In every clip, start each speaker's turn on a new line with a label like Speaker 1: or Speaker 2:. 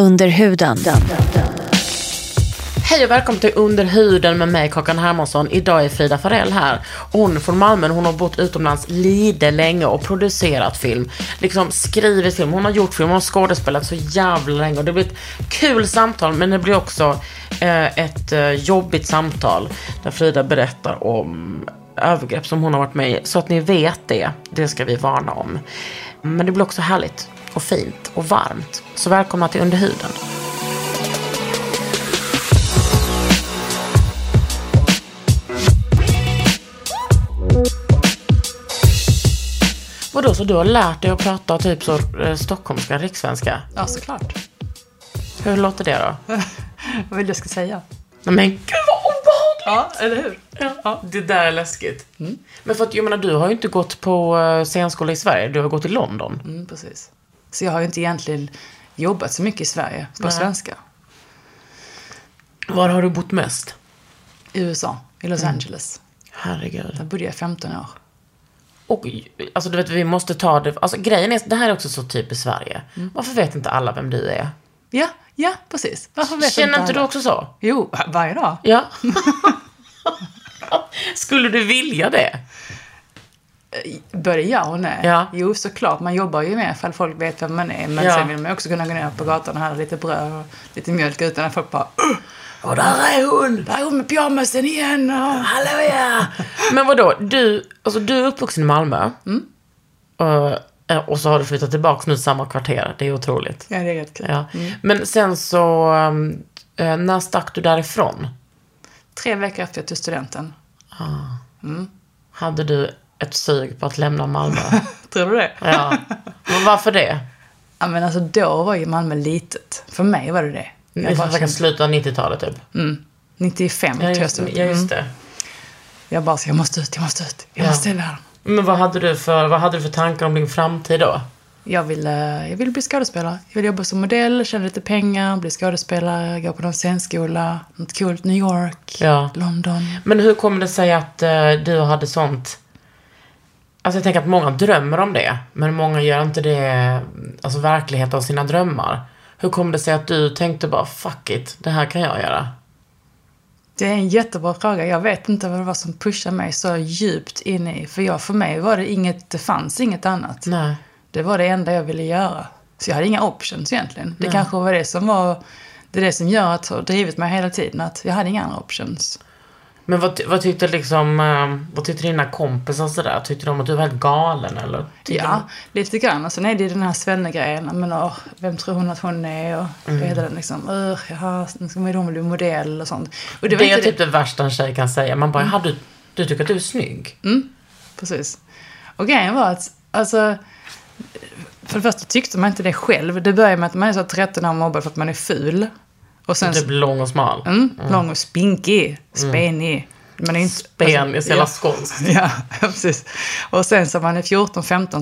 Speaker 1: Under huden.
Speaker 2: Hej och välkommen till Under huden med mig Kakan Hermansson. Idag är Frida Farell här. Hon från Malmö, hon har bott utomlands lite länge och producerat film. Liksom skrivit film, hon har gjort film, hon har skådespelat så jävla länge. Och det blir ett kul samtal men det blir också eh, ett eh, jobbigt samtal. Där Frida berättar om övergrepp som hon har varit med i. Så att ni vet det, det ska vi varna om. Men det blir också härligt och fint och varmt. Så välkomna till Under huden. Vadå, så du har lärt dig att prata typ så eh, stockholmska, rikssvenska?
Speaker 3: Ja, såklart.
Speaker 2: Hur låter det då?
Speaker 3: Vad vill jag ska säga?
Speaker 2: Nej men gud vad obehagligt!
Speaker 3: Ja, eller hur?
Speaker 2: Ja, det där är läskigt.
Speaker 3: Mm.
Speaker 2: Men för att jag menar, du har ju inte gått på eh, scenskola i Sverige, du har gått i London.
Speaker 3: Mm, precis. Så jag har ju inte egentligen jobbat så mycket i Sverige på svenska.
Speaker 2: Var har du bott mest?
Speaker 3: I USA, i Los
Speaker 2: Mm.
Speaker 3: Angeles.
Speaker 2: Herregud.
Speaker 3: Där bodde jag i 15 år.
Speaker 2: Och alltså du vet, vi måste ta det, alltså grejen är, det här är också så typiskt Sverige.
Speaker 3: Mm.
Speaker 2: Varför vet inte alla vem du är?
Speaker 3: Ja, ja, precis. Varför vet
Speaker 2: Känner inte du
Speaker 3: alla?
Speaker 2: också så?
Speaker 3: Jo, va- varje dag.
Speaker 2: Ja. Skulle du vilja det?
Speaker 3: Eh, Både ja och nej.
Speaker 2: Ja.
Speaker 3: Jo, såklart. Man jobbar ju med ifall folk vet vem man är. Men
Speaker 2: Ja.
Speaker 3: sen vill man ju också kunna gå ner på gatan och handla lite bröd och lite mjölk utan att folk bara "Ugh! Och där är hon! Där är hon med pyjamasen igen! Och...
Speaker 2: Hallå ja! Men vadå, du, alltså, du är uppvuxen i Malmö.
Speaker 3: Mm.
Speaker 2: Eh, Och, och så har du flyttat tillbaka nu till samma kvarter. Det är otroligt.
Speaker 3: Ja, det är rätt kul.
Speaker 2: Ja. Men sen så, um, eh, när stack du därifrån?
Speaker 3: Tre veckor efter jag tog studenten.
Speaker 2: Hade du ett sug på att lämna Malmö?
Speaker 3: Tror du det?
Speaker 2: Ja. Men varför det?
Speaker 3: Ja, men alltså då var ju Malmö litet. För mig var det det.
Speaker 2: Mm. Jag
Speaker 3: Jag bara
Speaker 2: försöker
Speaker 3: kände,
Speaker 2: sluta 90-talet typ.
Speaker 3: 95
Speaker 2: Ja,
Speaker 3: tror jag
Speaker 2: just,
Speaker 3: stod.
Speaker 2: ja, just det.
Speaker 3: Jag bara så, jag måste ut, jag måste ut, jag
Speaker 2: Ja.
Speaker 3: måste in här.
Speaker 2: Men vad hade, du för, vad hade du för tankar om din framtid då?
Speaker 3: Jag ville, jag ville bli skådespelare. Jag ville jobba som modell, tjäna lite pengar, bli skådespelare, gå på någon scenskola, något kul, New York,
Speaker 2: Ja.
Speaker 3: London.
Speaker 2: Men hur kommer det sig att eh, du hade sånt... Alltså jag tänker att många drömmer om det, men många gör inte det, alltså verklighet av sina drömmar. Hur kom det sig att du tänkte bara fuck it, det här kan jag göra?
Speaker 3: Det är en jättebra fråga. Jag vet inte vad det var som pushade mig så djupt in i. För jag, för mig var det inget, det fanns inget annat.
Speaker 2: Nej.
Speaker 3: Det var det enda jag ville göra. Så jag hade inga options egentligen. Det kanske var det som var det, är det som gör att har drivit mig hela tiden. Att jag hade inga andra options.
Speaker 2: Men vad, ty- vad tyckte liksom, eh, vad tyckte dina kompisar sådär? Tyckte de att du var helt galen eller? Tyckte
Speaker 3: Ja, lite grann. Och sen är det ju den här svennegrejen. Men åh, vem tror hon att hon är? Och mm. hela den liksom, "Ugh, jaha, nu ska man ju bli modell och sånt. Och
Speaker 2: de,
Speaker 3: det var
Speaker 2: det är
Speaker 3: inte
Speaker 2: typ det värsta en tjej kan säga. Man bara, mm. du, du tycker att du är snygg?
Speaker 3: Mm. Precis. Och grejen var att, alltså, för det första tyckte man inte det själv. Det börjar med att man är så 13 år mobbad för att man är ful. Och sen,
Speaker 2: Typ lång och smal.
Speaker 3: mm, lång och spinkig, spenig. Man är inte, Alltså,
Speaker 2: Ben är så jävla
Speaker 3: ja.
Speaker 2: skånsk.
Speaker 3: Ja, precis. Och sen så man är 14-15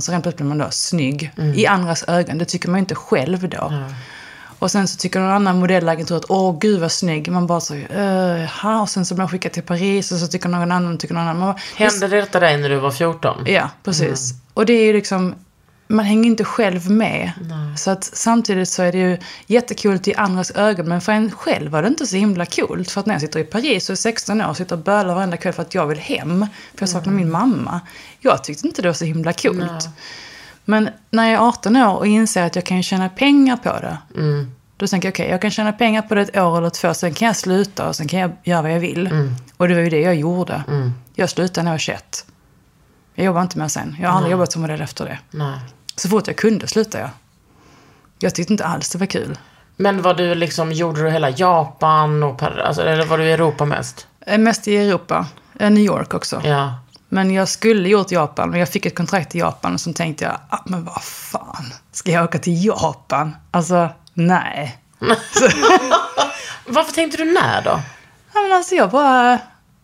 Speaker 3: så rent plötsligt blir man då snygg. I andras ögon. Det tycker man ju inte själv då. Och sen så tycker någon annan modellagentur att åh gud vad snygg. Man bara så, "Eh, jaha. Och sen så blir man skickad till Paris och så tycker någon annan, tycker någon annan. Man bara,
Speaker 2: Hände detta dig när du var 14?
Speaker 3: Ja, precis. Och det är ju liksom, man hänger inte själv med. Så att samtidigt så är det ju jättekult i andras ögon, men för en själv var det inte så himla coolt. För att när jag sitter i Paris och är 16 år och sitter och bölar varenda kväll för att jag vill hem, för jag saknar min mamma. Jag tyckte inte det var så himla coolt. Men när jag är 18 år och inser att jag kan ju tjäna pengar på det. Då tänker jag, okej, jag kan tjäna pengar på det ett år eller två, sen kan jag sluta och sen kan jag göra vad jag vill. Och det var ju det jag gjorde. Jag slutade när jag var 21. Jag jobbade inte mer sen. Jag har aldrig jobbat som modell efter det.
Speaker 2: Nej.
Speaker 3: Så fort jag kunde slutade jag. Jag tyckte inte alls det var kul.
Speaker 2: Men vad du liksom, gjorde du hela Japan och per, alltså, eller var du i Europa mest?
Speaker 3: Eh, Mest i Europa. Eh, New York också.
Speaker 2: Ja.
Speaker 3: Men jag skulle gjort Japan, men jag fick ett kontrakt i Japan och så tänkte jag, ah, men vad fan, ska jag åka till Japan? Alltså, nej.
Speaker 2: Varför tänkte du när då?
Speaker 3: Ja, men alltså jag bara,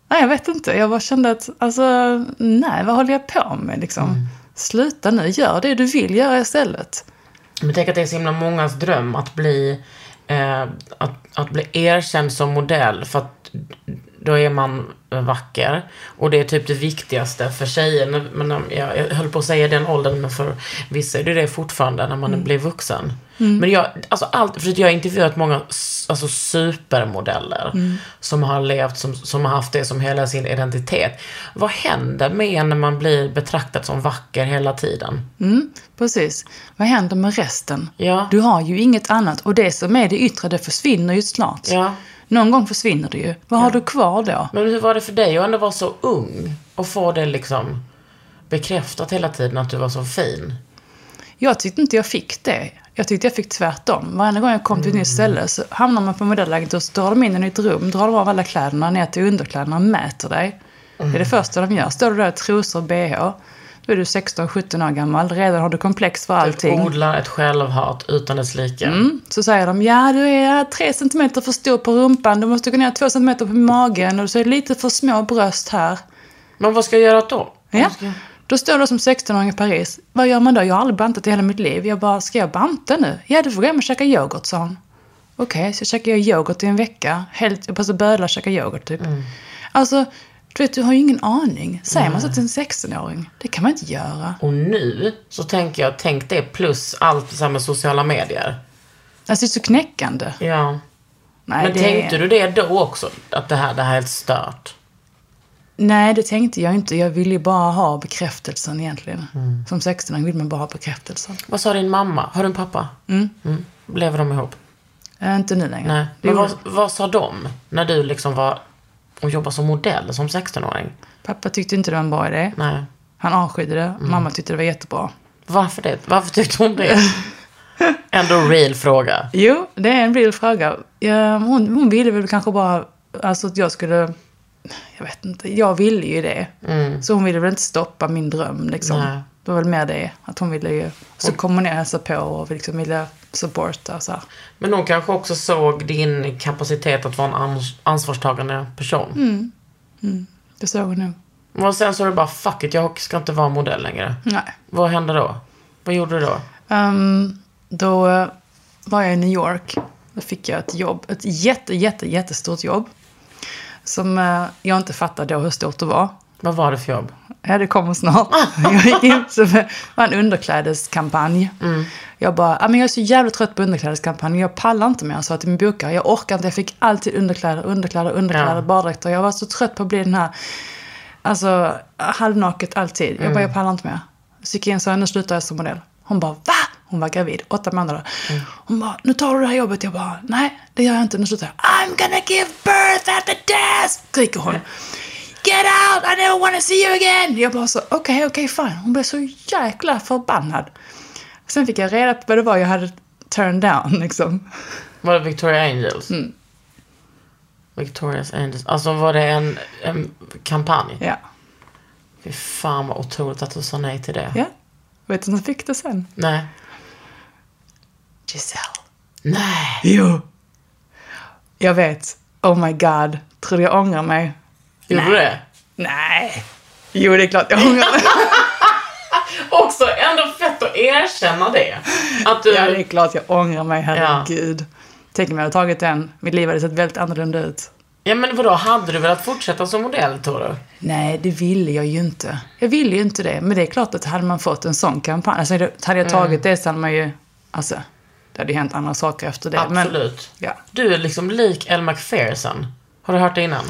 Speaker 3: nej jag vet inte, jag bara kände att, alltså nej, vad håller jag på med liksom? Sluta nu, gör det du vill göra istället.
Speaker 2: Men tänk att det är så himla mångas dröm att bli, eh, att, att bli erkänd som modell. För att då är man eh, vacker. Och det är typ det viktigaste för tjejer. Men eh, jag jag höll på att säga den åldern, men för vissa är det det fortfarande när man blir vuxen. Men jag, alltså allt, för att jag har intervjuat många s- alltså supermodeller som har levt, som, som har haft det som hela sin identitet. Vad händer med en när man blir betraktad som vacker hela tiden?
Speaker 3: Mm, precis. Vad händer med resten?
Speaker 2: Ja.
Speaker 3: Du har ju inget annat och det som är det yttre, det försvinner ju snart.
Speaker 2: Ja.
Speaker 3: Någon gång försvinner det ju. Vad har du kvar då?
Speaker 2: Men hur var det för dig att ändå vara så ung och få det liksom bekräftat hela tiden att du var så fin?
Speaker 3: Jag tyckte inte jag fick det. Jag tyckte jag fick tvärtom. Varenda gång jag kom till ett nytt ställe så hamnar man på modelläget och så drar de in en i ett rum, drar de av alla kläderna ner till underkläderna och mäter dig. Det är det första de gör. Står du där i trosor och bh, då är du 16-17 år gammal. Redan har du komplex
Speaker 2: Typ
Speaker 3: för allting.
Speaker 2: Odla ett självhat utan dess like.
Speaker 3: Mm. Så säger de, ja du är tre centimeter för stor på rumpan, du måste gå ner två centimeter på magen och så är det lite för små bröst här.
Speaker 2: Men vad ska jag göra åt då?
Speaker 3: Ja. Då står du som 16-åring i Paris. Vad gör man då? Jag har aldrig bantat i hela mitt liv. Jag bara, ska jag banta nu? Ja, du får gå hem och käka yoghurt, sa hon. Okej, så käkade jag yoghurt i en vecka. Helt, jag passade bödlar och käkade yoghurt, typ.
Speaker 2: Mm.
Speaker 3: Alltså, du vet, du har ju ingen aning. Säger man så till en 16-åring? Det kan man inte göra.
Speaker 2: Och nu så tänker jag, tänk det plus allt så här med sociala medier.
Speaker 3: Alltså, det är så knäckande.
Speaker 2: Ja.
Speaker 3: Nej,
Speaker 2: Men
Speaker 3: det-
Speaker 2: tänkte du det då också? Att det här, det här är helt stört?
Speaker 3: Nej, det tänkte jag inte. Jag ville ju bara ha bekräftelsen egentligen.
Speaker 2: Mm.
Speaker 3: Som 16-åring vill man bara ha bekräftelsen.
Speaker 2: Vad sa din mamma? Har du en pappa? Mm. Lever de ihop?
Speaker 3: Äh, inte nu längre.
Speaker 2: Nej.
Speaker 3: Det
Speaker 2: Men
Speaker 3: gjorde-
Speaker 2: vad, vad sa de? När du liksom var och jobbade som modell som 16-åring?
Speaker 3: Pappa tyckte inte det var en bra idé.
Speaker 2: Nej. Mm.
Speaker 3: Han avskydde det. Mamma tyckte det var jättebra.
Speaker 2: Varför det? Varför tyckte hon det? Ändå real fråga.
Speaker 3: Jo, det är en real fråga. Ja, Hon, hon ville väl kanske bara alltså att jag skulle... Jag vet inte. Jag ville ju det. Så hon ville väl inte stoppa min dröm. Liksom.
Speaker 2: Mm. Nej.
Speaker 3: Det var väl mer det. Att hon ville ju... Så kom hon ner och hälsade på och liksom ville supporta. och Så här.
Speaker 2: Men hon kanske också såg din kapacitet att vara en ans- ansvarstagande person.
Speaker 3: Mm. Det såg hon nu.
Speaker 2: Och sen så är det bara, fuck it, jag ska inte vara modell längre.
Speaker 3: Nej.
Speaker 2: Vad hände då? Vad gjorde du då?
Speaker 3: Ehm, då eh, var jag i New York. Då fick jag ett jobb. Ett jätte, jätte, jättestort jobb. Som eh, jag inte fattade då hur stort det var.
Speaker 2: Vad var det för jobb?
Speaker 3: Ja, det kommer snart. Jag gick in så det var en underklädeskampanj. Jag bara, "Ah, men jag är så jävla trött på underklädeskampanj. Jag pallar inte mer, sa jag till min bokare. Jag orkar inte. Jag fick alltid underkläder, underkläder, underkläder,
Speaker 2: Ja.
Speaker 3: baddräkter. Jag var så trött på att bli den här, alltså halvnaket alltid. Jag bara, jag pallar inte mer. Så gick jag in och sa, nu slutar jag som modell. Hon bara, va? Hon var gravid, åtta månader. Hon bara, nu tar du det här jobbet. Jag bara, nej det gör jag inte. Nu slutar jag. I'm gonna give birth at the desk! Skriker hon. Get out! I never wanna see you again! Jag bara så, okej, okej, fine. Hon blev så jäkla förbannad. Sen fick jag reda på vad det var jag hade turned down liksom.
Speaker 2: Var det Victoria Angels?
Speaker 3: Mm.
Speaker 2: Victoria's Angels. Alltså var det en, en kampanj?
Speaker 3: Ja.
Speaker 2: Fy fan vad otroligt att du sa nej till det.
Speaker 3: ja. Vet du när jag fick det sen?
Speaker 2: Nej.
Speaker 3: Giselle.
Speaker 2: Nej.
Speaker 3: Jo. Jag vet. Oh my god. Tror du jag ångrar mig?
Speaker 2: Gjorde du det?
Speaker 3: Nej. Jo, det är klart jag ångrar mig.
Speaker 2: Också ändå fett att erkänna det. Att du...
Speaker 3: ja, det är klart jag ångrar mig. Herregud. Tänk om jag hade tagit den. Mitt liv hade sett väldigt annorlunda ut.
Speaker 2: Ja men vadå, hade du velat fortsätta som modell tror du?
Speaker 3: Nej, det ville jag ju inte. Jag ville ju inte det. Men det är klart att hade man fått en sån kampanj, alltså det- hade
Speaker 2: Mm.
Speaker 3: jag tagit det så hade man ju, alltså, det hade ju hänt andra saker efter det. Men,
Speaker 2: Absolut.
Speaker 3: ja.
Speaker 2: Du är liksom lik Elle Macpherson. Har du hört det innan?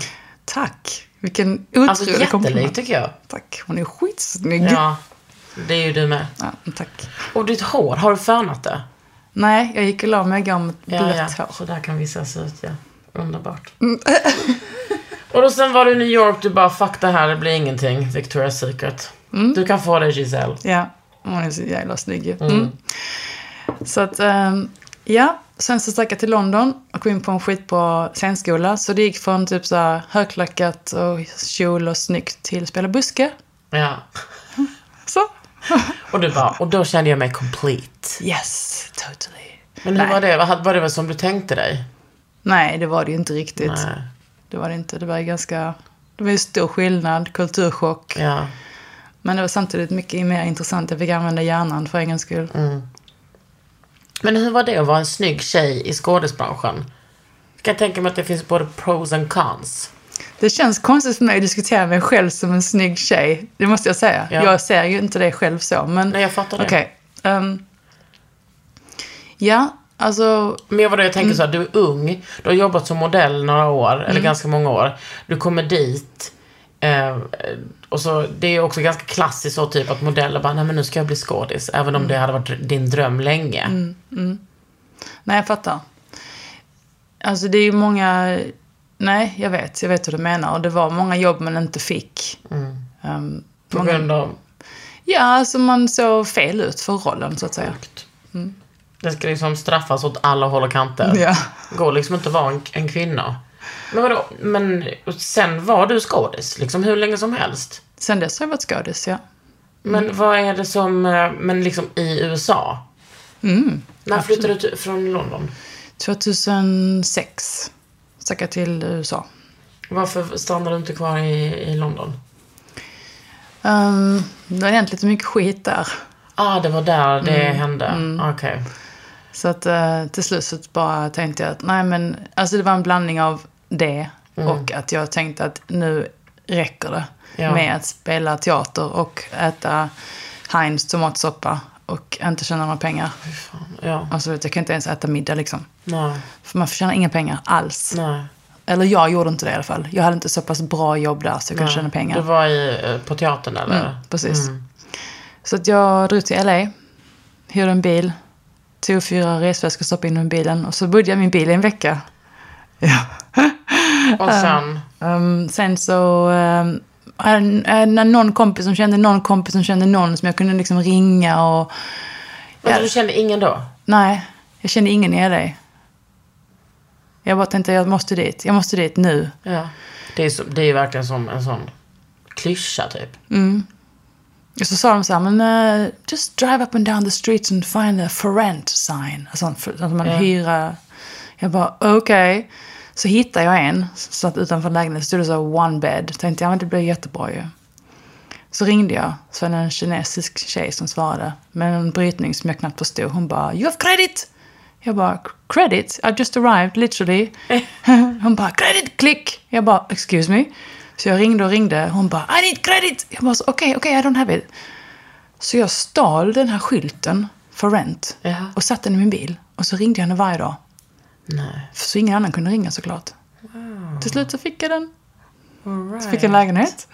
Speaker 3: Tack! Vilken otrolig
Speaker 2: Alltså jättelik tycker jag.
Speaker 3: Tack, hon är skitsnygg.
Speaker 2: Ja. Det är ju du med.
Speaker 3: Ja, tack.
Speaker 2: Och ditt hår, har du fönat det?
Speaker 3: Nej, jag gick och la mig igår med ett
Speaker 2: Ja,
Speaker 3: blött
Speaker 2: ja.
Speaker 3: hår. Mm.
Speaker 2: Så där kan vi ses ut, ja. Underbart. och då sen var du i New York, du bara fuck det här, det blir ingenting. Victoria's Secret.
Speaker 3: Mm.
Speaker 2: Du kan få det Giselle.
Speaker 3: Ja, hon är så jävla snygg ju. Mm. Så att, ehm, ja. Sen så stack jag till London och kom in på en skitbra scenskola. Så det gick från typ så här högklackat och kjol och snyggt till spela buske.
Speaker 2: Ja.
Speaker 3: Så.
Speaker 2: Och du bara, och då kände jag mig complete.
Speaker 3: Yes, totally.
Speaker 2: Men hur var det? Vad hade- Var det väl som du tänkte dig?
Speaker 3: Nej, det var det ju inte riktigt.
Speaker 2: Nej.
Speaker 3: Det var det inte. Det var ju ganska... Det var ju stor skillnad, kulturchock.
Speaker 2: Ja.
Speaker 3: Men det var samtidigt mycket mer intressant. Jag fick använda hjärnan för en gångs skull.
Speaker 2: Men hur var det att vara en snygg tjej i skådisbranschen? Jag kan tänka mig att det finns både pros and cons.
Speaker 3: Det känns konstigt för mig att diskutera mig själv som en snygg tjej. Det måste jag säga.
Speaker 2: Ja.
Speaker 3: Jag ser ju inte det själv så, men...
Speaker 2: Nej, jag fattar det.
Speaker 3: Okej. ehm, ja, alltså...
Speaker 2: Men jag, var då, jag tänker så här, du är ung, du har jobbat som modell några år, eller ganska många år. Du kommer dit. Eh, och så, det är också ganska klassiskt så typ att modeller bara, nej men nu ska jag bli skådis. Även om det hade varit din dröm länge.
Speaker 3: Nej, jag fattar. Alltså det är ju många... Nej, jag vet. Jag vet hur du menar. Och det var många jobb man inte fick.
Speaker 2: Mm.
Speaker 3: Ehm,
Speaker 2: På grund av
Speaker 3: Ja, alltså man såg fel ut för rollen så att säga.
Speaker 2: Det ska liksom straffas åt alla håll och kanter.
Speaker 3: Ja.
Speaker 2: Går liksom inte att vara en, en kvinna. Men vadå? Men och sen var du skådis, liksom hur länge som helst.
Speaker 3: Sen dess har jag varit skådis, ja.
Speaker 2: Men vad är det som, eh, men liksom i USA? När flyttade du till- från London?
Speaker 3: 2006 stack jag till USA.
Speaker 2: Varför stannade du inte kvar i, i London?
Speaker 3: Um, det har hänt lite mycket skit där.
Speaker 2: Ah, det var där det hände. Okej.
Speaker 3: Så att eh, till slut så bara tänkte jag att nej men, alltså det var en blandning av det
Speaker 2: Mm.
Speaker 3: och att jag tänkte att nu räcker det
Speaker 2: Ja.
Speaker 3: med att spela teater och äta Heinz tomatsoppa och inte tjäna några pengar.
Speaker 2: Ja.
Speaker 3: Alltså vet du, jag kan inte ens äta middag liksom.
Speaker 2: Nej.
Speaker 3: För man tjänar inga pengar alls.
Speaker 2: Nej.
Speaker 3: Eller jag gjorde inte det i alla fall. Jag hade inte så pass bra jobb där så jag kunde tjäna pengar.
Speaker 2: Du var i, eh, på teatern eller?
Speaker 3: Mm, precis. Så att jag drog till LA, hyrde en bil, tog fyra resväskor och stoppade in dem i bilen och så bodde jag i min bil i en vecka. Ja.
Speaker 2: Och sen?
Speaker 3: Ehm, sen så um, hade någon kompis som kände någon kompis som kände någon som jag kunde liksom ringa och...
Speaker 2: Men
Speaker 3: Ja.
Speaker 2: du kände ingen då?
Speaker 3: Nej, jag kände ingen i LA. Jag bara tänkte jag måste dit, jag måste dit nu.
Speaker 2: Ja. Det är, så, det är ju verkligen som en sån klyscha typ.
Speaker 3: Och så sa de så här, men eh, just drive up and down the streets and find a for rent sign. Alltså, för, alltså man hyra. Jag bara, okej. Så hittade jag en, satt utanför lägenheten, stod det så här, one bed. Tänkte, ja men det blir jättebra ju. Så ringde jag, så var det en kinesisk tjej som svarade. Med en brytning som jag knappt förstod. Hon bara, you have credit! Jag bara, credit? I just arrived, literally. Hon bara, credit, klick! Jag bara, excuse me? Så jag ringde och ringde. Hon bara, I need credit! Jag bara, okej, okej, I don't have it. Så jag stal den här skylten för rent
Speaker 2: Ja.
Speaker 3: och satte den i min bil. Och så ringde jag henne varje dag.
Speaker 2: Nej.
Speaker 3: Så ingen annan kunde ringa såklart. Till slut så fick jag den. Så fick jag en lägenhet.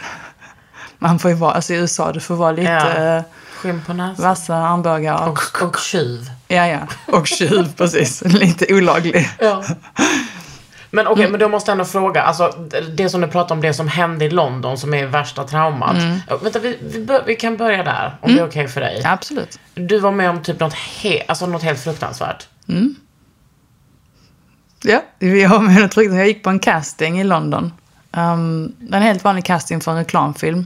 Speaker 3: Man får ju vara, alltså i USA, du får vara lite
Speaker 2: Ja.
Speaker 3: eh,
Speaker 2: Skinn på näsan.
Speaker 3: vassa armbågar. Och,
Speaker 2: Och, och tjuv.
Speaker 3: ja, ja. Och tjuv, precis. Lite olaglig.
Speaker 2: Ja. Men okej, men då måste jag ändå fråga. Alltså, det som du pratar om, det som hände i London som är värsta traumat. Ja, Vänta, vi, vi, bör, vi kan börja där, om det är okej för dig.
Speaker 3: Ja, absolut.
Speaker 2: Du var med om typ något, he- alltså, något helt fruktansvärt.
Speaker 3: Ja, vi har med något riktigt. Jag gick på en casting i London. Um, en helt vanlig casting för en reklamfilm.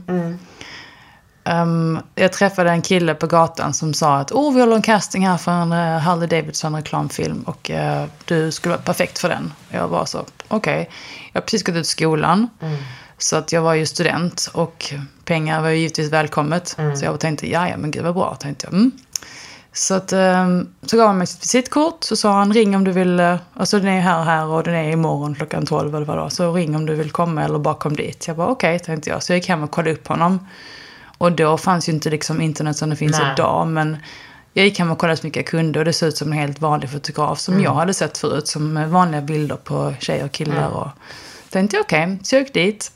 Speaker 3: Um, jag träffade en kille på gatan som sa att åh, vi håller en casting här för en eh, Harley Davidson reklamfilm och eh, du skulle vara perfekt för den. Jag var så, okej. Jag har precis gått ut skolan. Så att jag var ju student och pengar var ju givetvis välkommet. Så jag tänkte, ja ja men gud vad bra, tänkte jag. Mm. Så, att, ehm, så gav han mig sitt visitkort så sa han ring om du vill, eh, alltså den är här och här och den är imorgon klockan 12 eller vad det var. Så ring om du vill komma eller bara kom dit. Jag bara okej tänkte jag. Så jag gick hem och kollade upp honom. Och då fanns ju inte liksom internet som det finns
Speaker 2: Nej.
Speaker 3: idag men jag gick hem och kollade så mycket jag kunde och det såg ut som en helt vanlig fotograf som jag hade sett förut. Som eh, vanliga bilder på tjejer och killar. Och tänkte jag okej, så jag gick dit.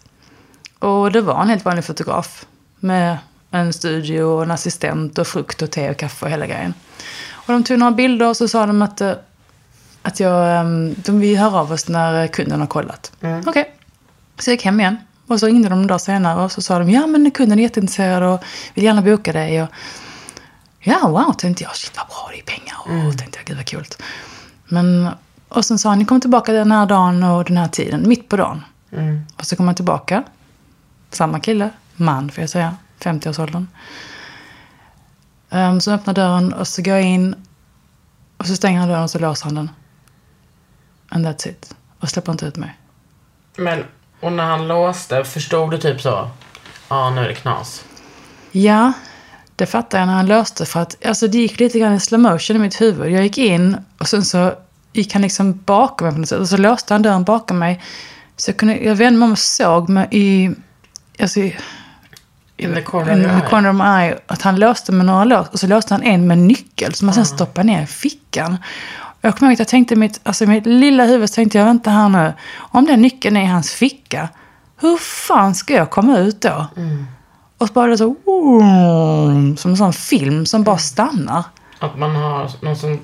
Speaker 3: Och det var en helt vanlig fotograf. Med en studio och en assistent och frukt och te och kaffe och hela grejen. Och de tog några bilder och så sa de att, eh, att jag, ehm, de vill höra av oss när kunden har kollat. Okej. Så jag gick hem igen. Och så ringde de en dag senare och så sa de ja men kunden är jätteintresserad och vill gärna boka dig. Och, ja wow, tänkte jag. Shit vad bra, det är pengar. Och tänkte jag, gud vad kul. Men, och sen sa han, ni kommer tillbaka den här dagen och den här tiden, mitt på dagen. Och så kom han tillbaka. Samma kille, man får jag säga, 50-årsåldern. Um, så öppnar dörren och så går jag in. Och så stänger han dörren och så låser han den. And that's it. Och släpper inte ut mig.
Speaker 2: Men, och när han låste, förstod du typ så? Ja, nu är det knas.
Speaker 3: Ja, det fattar jag när han löste för att alltså, det gick lite grann i slow motion i mitt huvud. Jag gick in och sen så gick han liksom bakom mig på något sätt och så låste han dörren bakom mig. Så jag, kunde, jag vände mig om och såg mig i, alltså, i
Speaker 2: In the corner
Speaker 3: in the
Speaker 2: of the eye.
Speaker 3: corner of my eye att han löste med några lås och så löste han en med nyckel som han
Speaker 2: Ah.
Speaker 3: sen stoppade ner i fickan. Och Jag kommer ihåg att jag tänkte i mitt, alltså, i mitt lilla huvud så tänkte jag vänta här nu. Om den nyckeln är i hans ficka, hur fan ska jag komma ut då?
Speaker 2: Mm.
Speaker 3: Och så bara det så, "Vroom", som en sån film som
Speaker 2: Mm.
Speaker 3: bara stannar.
Speaker 2: Att man har någon sån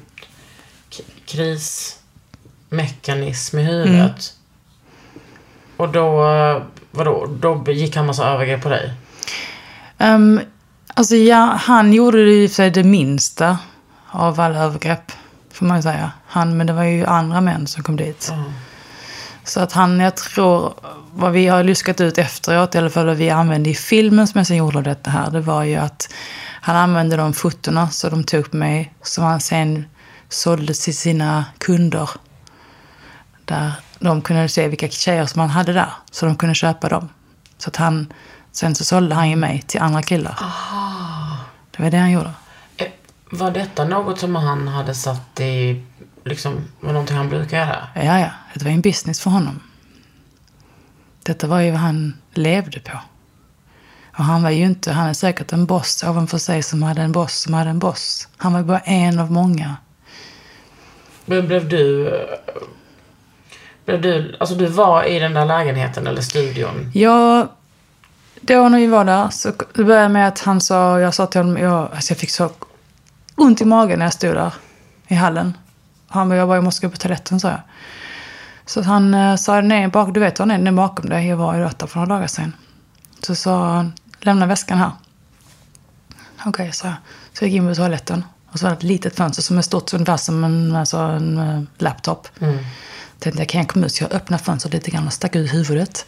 Speaker 2: k- krismekanism i huvudet. Och då, eh, vadå, då gick han massa övergrepp på dig?
Speaker 3: Um, alltså ja, han gjorde det i och för sig det minsta av alla övergrepp. Får man ju säga. Han, men det var ju andra män som kom dit. Så att han, jag tror, vad vi har luskat ut efteråt, i alla fall vad vi använde i filmen som jag sen gjorde av detta här, det var ju att han använde de fotona som de tog på mig, som han sen sålde till sina kunder. Där de kunde se vilka tjejer som han hade där, så de kunde köpa dem. Så att han, sen så sålde han ju mig till andra killar. Det var det han gjorde.
Speaker 2: Eh, Var detta något som han hade satt i, liksom, var någonting han brukar göra?
Speaker 3: Ja, ja, det var ju en business för honom. Detta var ju vad han levde på. Och han var ju inte, han är säkert en boss ovanför sig som hade en boss som hade en boss. Han var ju bara en av många.
Speaker 2: Men blev du... eh, Blev du, alltså du var i den där lägenheten eller studion?
Speaker 3: Ja, då när vi var där så det började med att han sa, jag sa till honom, jag, alltså jag fick så ont i magen när jag stod där i hallen. Han bara, jag, bara, jag måste gå på toaletten, sa jag. Så att han eh, sa, nej, bak, du vet var den är bakom dig, jag var i Röta för några dagar sedan. Så sa han, lämna väskan här. Okej, sa jag. Så jag gick in på toaletten. Och så var det ett litet fönster som är stort, ungefär som en, alltså en eh, laptop. Tänkte jag kan jag komma ut? Så jag öppnade fönstret lite grann och stack ut huvudet.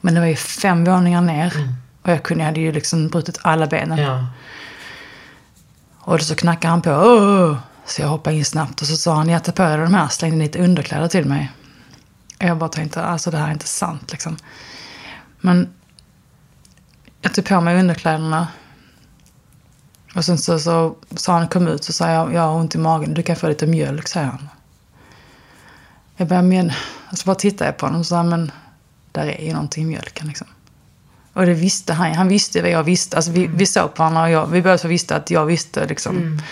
Speaker 3: Men det var ju fem våningar ner. Och jag, kunde, jag hade ju liksom brutit alla benen.
Speaker 2: Ja.
Speaker 3: Och så knackade han på. "Åh!" Så jag hoppade in snabbt och så sa han, jag tar på dig de här, slängde lite underkläder till mig. Och jag bara tänkte, alltså det här är inte sant liksom. Men jag tog på mig underkläderna. Och sen så, så sa han, kom ut, så sa jag, jag har ont i magen, du kan få lite mjölk, säger han. Jag bara, men, alltså bara tittade jag på honom och sa, men där är ju någonting i mjölken liksom. Och det visste han. Han visste vad jag visste. Alltså, vi, vi såg på varandra och jag, vi båda två visste att jag visste. Liksom.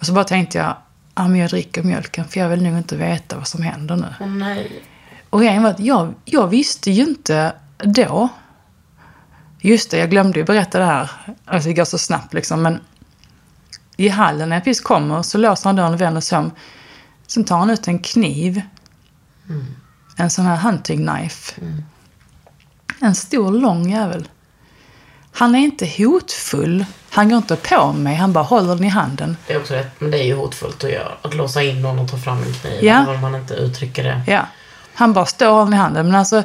Speaker 3: Och så bara tänkte jag, ah, men jag dricker mjölken för jag vill nog inte veta vad som händer nu.
Speaker 2: Åh nej.
Speaker 3: Och grejen var att jag, jag visste ju inte då. Just det, jag glömde ju berätta det här. Alltså det går så snabbt liksom. Men i hallen när jag precis kommer så låser han dörren och vänder sig om. Sen tar han ut en kniv. En sån här hunting knife. En stor lång jävel. Han är inte hotfull. Han går inte på mig. Han bara håller den i handen.
Speaker 2: Det är också rätt, men det är ju hotfullt att göra. Att låsa in någon och ta fram en kniv.
Speaker 3: Ja.
Speaker 2: Även om man inte uttrycker det.
Speaker 3: Ja. Han bara står och håller i handen. Men alltså,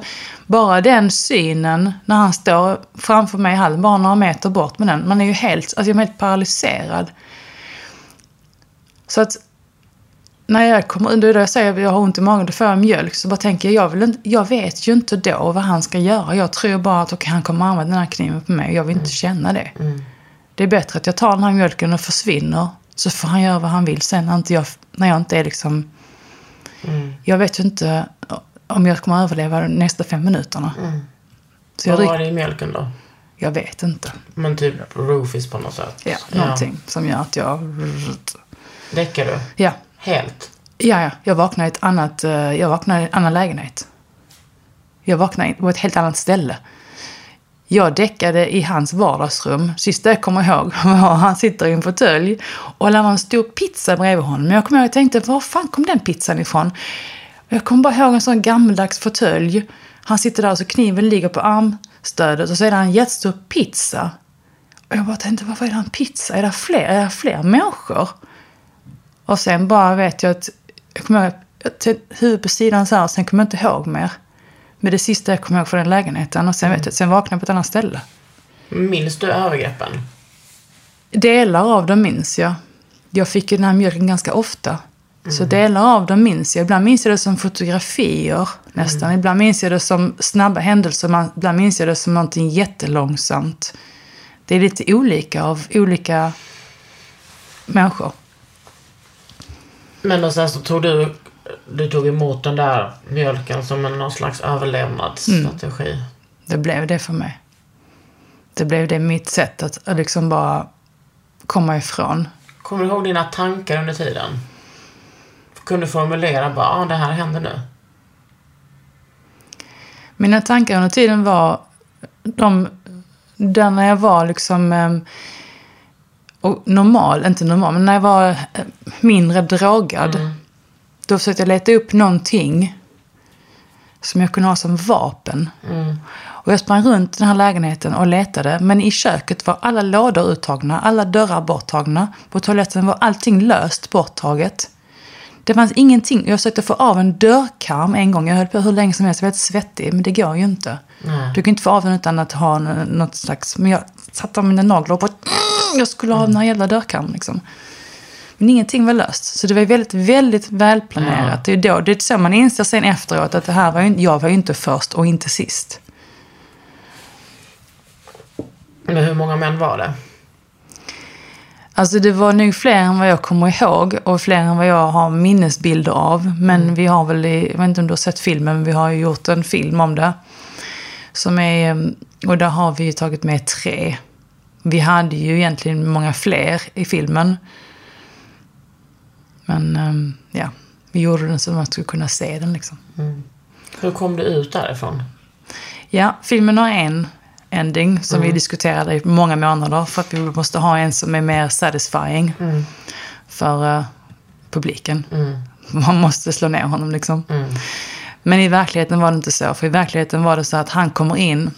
Speaker 3: bara den synen när han står framför mig i hallen, bara några meter bort med den. Man är ju helt, alltså jag är helt paralyserad. Så att när jag kommer, då jag säger att jag har ont i magen, då får jag mjölk. Så bara tänker jag, jag, vill inte, jag vet ju inte då vad han ska göra. Jag tror bara att okej, han kommer använda den här kniven på mig och jag vill inte känna det. Det är bättre att jag tar den här mjölken och försvinner. Så får han göra vad han vill sen när, inte jag, när jag inte är liksom jag vet ju inte om jag kommer överleva de nästa fem minuterna. Så jag,
Speaker 2: Vad var
Speaker 3: drick,
Speaker 2: det i mjölken då?
Speaker 3: jag vet inte.
Speaker 2: Men typ roofies på något sätt.
Speaker 3: Ja, någonting som gör att jag...
Speaker 2: Däckar du?
Speaker 3: Ja,
Speaker 2: Helt?
Speaker 3: ja, ja. jag vaknade i ett annat... eh, Jag vaknade i en annan lägenhet. Jag vaknade i- på ett helt annat ställe. Jag däckade i hans vardagsrum. Sista jag kommer ihåg var han sitter i en fåtölj och lämnar en stor pizza bredvid honom. Men jag kommer ihåg jag tänkte, var fan kom den pizzan ifrån? Och Jag kommer bara ihåg en sån gammaldags fåtölj. Han sitter där och så kniven ligger på armstödet och så är det en jättestor pizza. Och jag bara tänkte, varför är det en pizza? Är det fler, är det fler människor? Och sen bara vet jag att jag kommer ihåg, jag tänkte huvudet på sidan så här och sen kommer jag inte ihåg mer. Men det sista jag kommer ihåg från den lägenheten och sen, vet jag, sen vaknade jag på ett annat ställe.
Speaker 2: Minns du övergreppen?
Speaker 3: Delar av dem minns jag. Jag fick ju den här mjölken ganska ofta. Så delar av dem minns jag. Ibland minns jag det som fotografier nästan. Ibland minns jag det som snabba händelser. Man- Ibland minns jag det som någonting jättelångsamt. Det är lite olika av olika människor.
Speaker 2: Men och sen så tog du, du tog emot den där mjölken som en någon slags överlevnadsstrategi.
Speaker 3: Mm. Det blev det för mig. Det blev det mitt sätt att att liksom bara komma ifrån.
Speaker 2: Kommer du ihåg dina tankar under tiden? Kunde du formulera bara, ah, det här händer nu?
Speaker 3: Mina tankar under tiden var de, där när jag var liksom eh, och normal, inte normal, men när jag var eh, mindre drogad. Då försökte jag leta upp någonting som jag kunde ha som vapen. Och jag sprang runt den här lägenheten och letade. Men i köket var alla lådor uttagna, alla dörrar borttagna. På toaletten var allting löst borttaget. Det fanns ingenting. Jag försökte få av en dörrkarm en gång. Jag höll på hur länge som helst. Jag var helt svettig. Men det går ju inte. Du kan inte få av den utan att ha n- något slags... Men jag satte av mina naglar och bara... Jag skulle ha den här jävla dörrkarmen liksom. Men ingenting var löst. Så det var väldigt, väldigt välplanerat. Det är ju då, det är så man inser sen efteråt att det här var ju, jag var ju inte först och inte sist.
Speaker 2: Men hur många män var det?
Speaker 3: Alltså det var nog fler än vad jag kommer ihåg och fler än vad jag har minnesbilder av. Men vi har väl, i, jag vet inte om du har sett filmen, men vi har ju gjort en film om det. Som är, eh, och där har vi ju tagit med tre. Vi hade ju egentligen många fler i filmen. Men ehm, ja, vi gjorde den så man skulle kunna se den liksom.
Speaker 2: Hur kom du ut därifrån?
Speaker 3: Ja, filmen har en ending som vi diskuterade i många månader för att vi måste ha en som är mer satisfying för eh, publiken. Man måste slå ner honom liksom. Men i verkligheten var det inte så. För i verkligheten var det så att han kommer in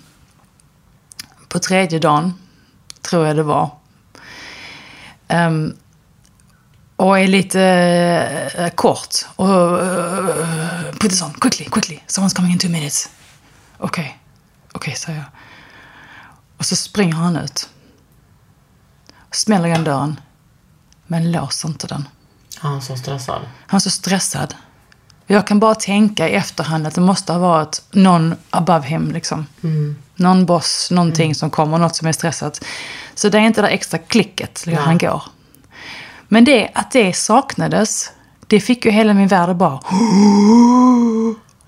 Speaker 3: på tredje dagen, tror jag det var. Ehm, och är lite eh, kort. Och, eh, put this on, quickly, quickly. Someone's coming in two minutes. Okej, okej, säger jag. Och så springer han ut. Smäller igen dörren. Men låser inte den.
Speaker 2: Han så stressad.
Speaker 3: Han var så stressad. Jag kan bara tänka i efterhand att det måste ha varit någon above him. Liksom. Någon boss, någonting som kommer, något som är stressat. Så det är inte det där extra klicket när han går. Men det, att det saknades, det fick ju hela min värld att bara...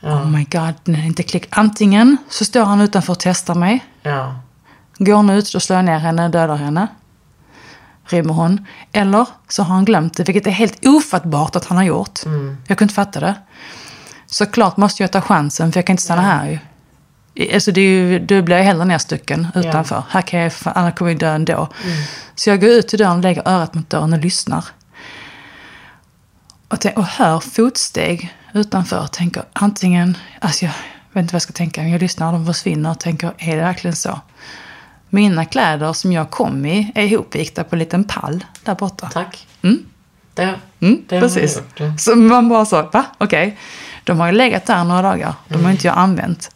Speaker 3: Oh my god, när det inte klick. Antingen så står han utanför och testar mig.
Speaker 2: Ja.
Speaker 3: Går hon ut, då slår jag ner henne, dödar henne. Rymmer hon. Eller så har han glömt det, vilket är helt ofattbart att han har gjort. Jag kunde inte fatta det. Såklart måste jag ta chansen, för jag kan inte stanna här ju. I- Alltså det är ju, då blir jag hellre nerstucken utanför. Här kan jag, fan, annars kommer jag dö ändå. Så jag går ut till dörren, lägger örat mot dörren och lyssnar. Och, tän- och hör fotsteg utanför och tänker antingen, alltså jag vet inte vad jag ska tänka, men jag lyssnar, de försvinner och tänker, är det verkligen så? Mina kläder som jag kom i är ihopvikta på en liten pall där borta.
Speaker 2: Tack.
Speaker 3: Mm.
Speaker 2: Det,
Speaker 3: Mm,
Speaker 2: det har
Speaker 3: precis.
Speaker 2: du gjort.
Speaker 3: Så man bara så, va? Okej. De har ju legat där några dagar. De
Speaker 2: Mm.
Speaker 3: har inte jag använt.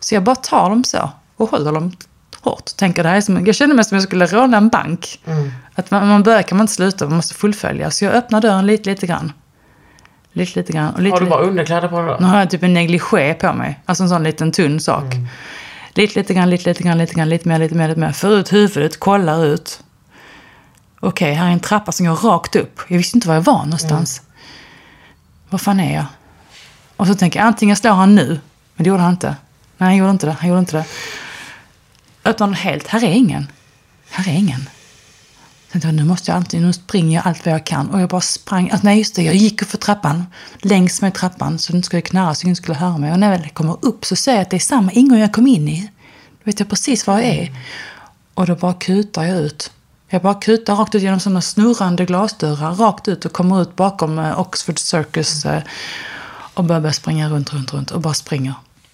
Speaker 3: Så jag bara tar dem så och håller dem hårt. Tänker det här är som, jag känner mig som om jag skulle råna en bank.
Speaker 2: Mm.
Speaker 3: Att man, man börjar kan man inte sluta, man måste fullfölja. Så jag öppnar dörren lite, lite grann. Lite, lite grann. Och lite,
Speaker 2: Har du
Speaker 3: lite-
Speaker 2: bara underkläder på dig då?
Speaker 3: nu har jag typ en negligé på mig. Alltså en sån liten tunn sak. Lite, lite grann, lite, lite grann, lite grann, lite mer, lite mer, lite mer. För ut huvudet, kollar ut. Okej, här är en trappa som går rakt upp. Jag visste inte var jag var någonstans. Var fan är jag? Och så tänker jag, antingen slår han nu. Men det gjorde han inte. Nej, han gjorde inte det. Han gjorde inte det. Utan helt, här är ingen. Här är ingen. Sen tänkte jag, nu måste jag antingen, nu springer jag allt vad jag kan. Och jag bara sprang, alltså, nej just det, jag gick upp för trappan. Längs med trappan så det inte skulle knarra så ingen skulle höra mig. Och när jag väl kommer upp så ser jag att det är samma ingång jag kom in i. vet jag precis var jag är. Och då bara kutar jag ut. Jag bara kutar rakt ut genom sådana snurrande glasdörrar, rakt ut och kommer ut bakom eh, Oxford Circus eh, och börjar börjar springa runt, runt, runt och bara springer.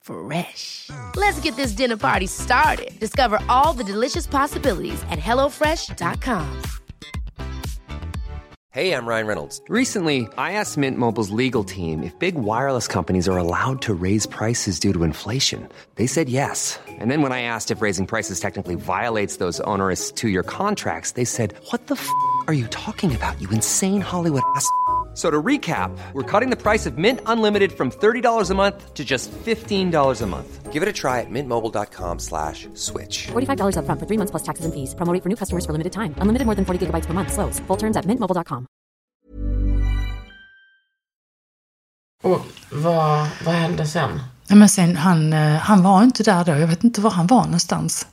Speaker 4: Fresh. Let's get this dinner party started. Discover all the delicious possibilities at hellofresh.com.
Speaker 5: Hey, I'm Ryan Reynolds. Recently, I asked Mint Mobile's legal team if big wireless companies are allowed to raise prices due to inflation. They said yes. And then when I asked if raising prices technically violates those onerous two year contracts, they said, What the f are you talking about, you insane Hollywood ass? f- So to recap, we're cutting the price of Mint Unlimited from $30 a month to just $15 a month. Give it a try at mintmobile.com slash switch.
Speaker 6: $45 upfront for three months plus taxes and fees. Promo rate for new customers for limited time. Unlimited more than 40 gigabytes per month. Slows. Full terms at mintmobile.com.
Speaker 2: Och vad, vad hände sen?
Speaker 3: Ja, men sen, han, eh, han var inte där då. Jag vet inte var han var någonstans.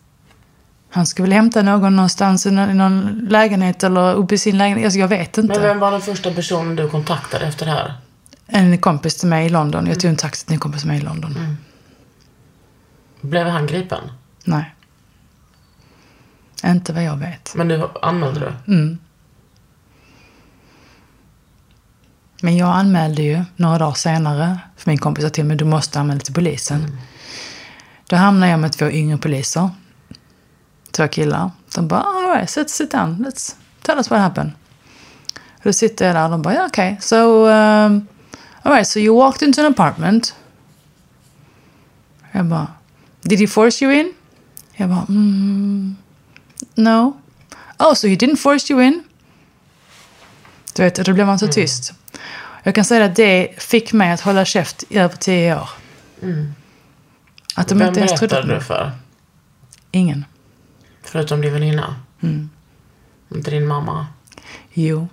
Speaker 3: Han skulle väl hämta någon någonstans i någon, i någon lägenhet eller uppe i sin lägenhet. Alltså, jag vet inte.
Speaker 2: Men vem var den första personen du kontaktade efter det här?
Speaker 3: En kompis till mig i London. Jag tog en taxi till en kompis till mig i London.
Speaker 2: Mm. Blev han gripen?
Speaker 3: Nej. Inte vad jag vet.
Speaker 2: Men du anmälde
Speaker 3: Mm,
Speaker 2: du?
Speaker 3: Men jag anmälde ju några dagar senare. För min kompis sa till mig, du måste anmäla till polisen.
Speaker 2: Mm.
Speaker 3: Då hamnade jag med två yngre poliser. Två killar. De bara, "Ah, all right, sit, sit down. Let's tell us what happened. Och då sitter jag där och de bara, yeah, okay. So, um, all right, so you walked into an apartment. Jag bara, did he force you in? Jag bara, mm, no. Oh, so he didn't force you in? Du vet, och då blev man så
Speaker 2: Mm.
Speaker 3: tyst. Jag kan säga att det fick mig att hålla käft i över tio år. Att de
Speaker 2: Mm. Vem
Speaker 3: inte ens trodde...
Speaker 2: berättade du för?
Speaker 3: Ingen.
Speaker 2: Förutom din väninna? Inte din mamma?
Speaker 3: Jo,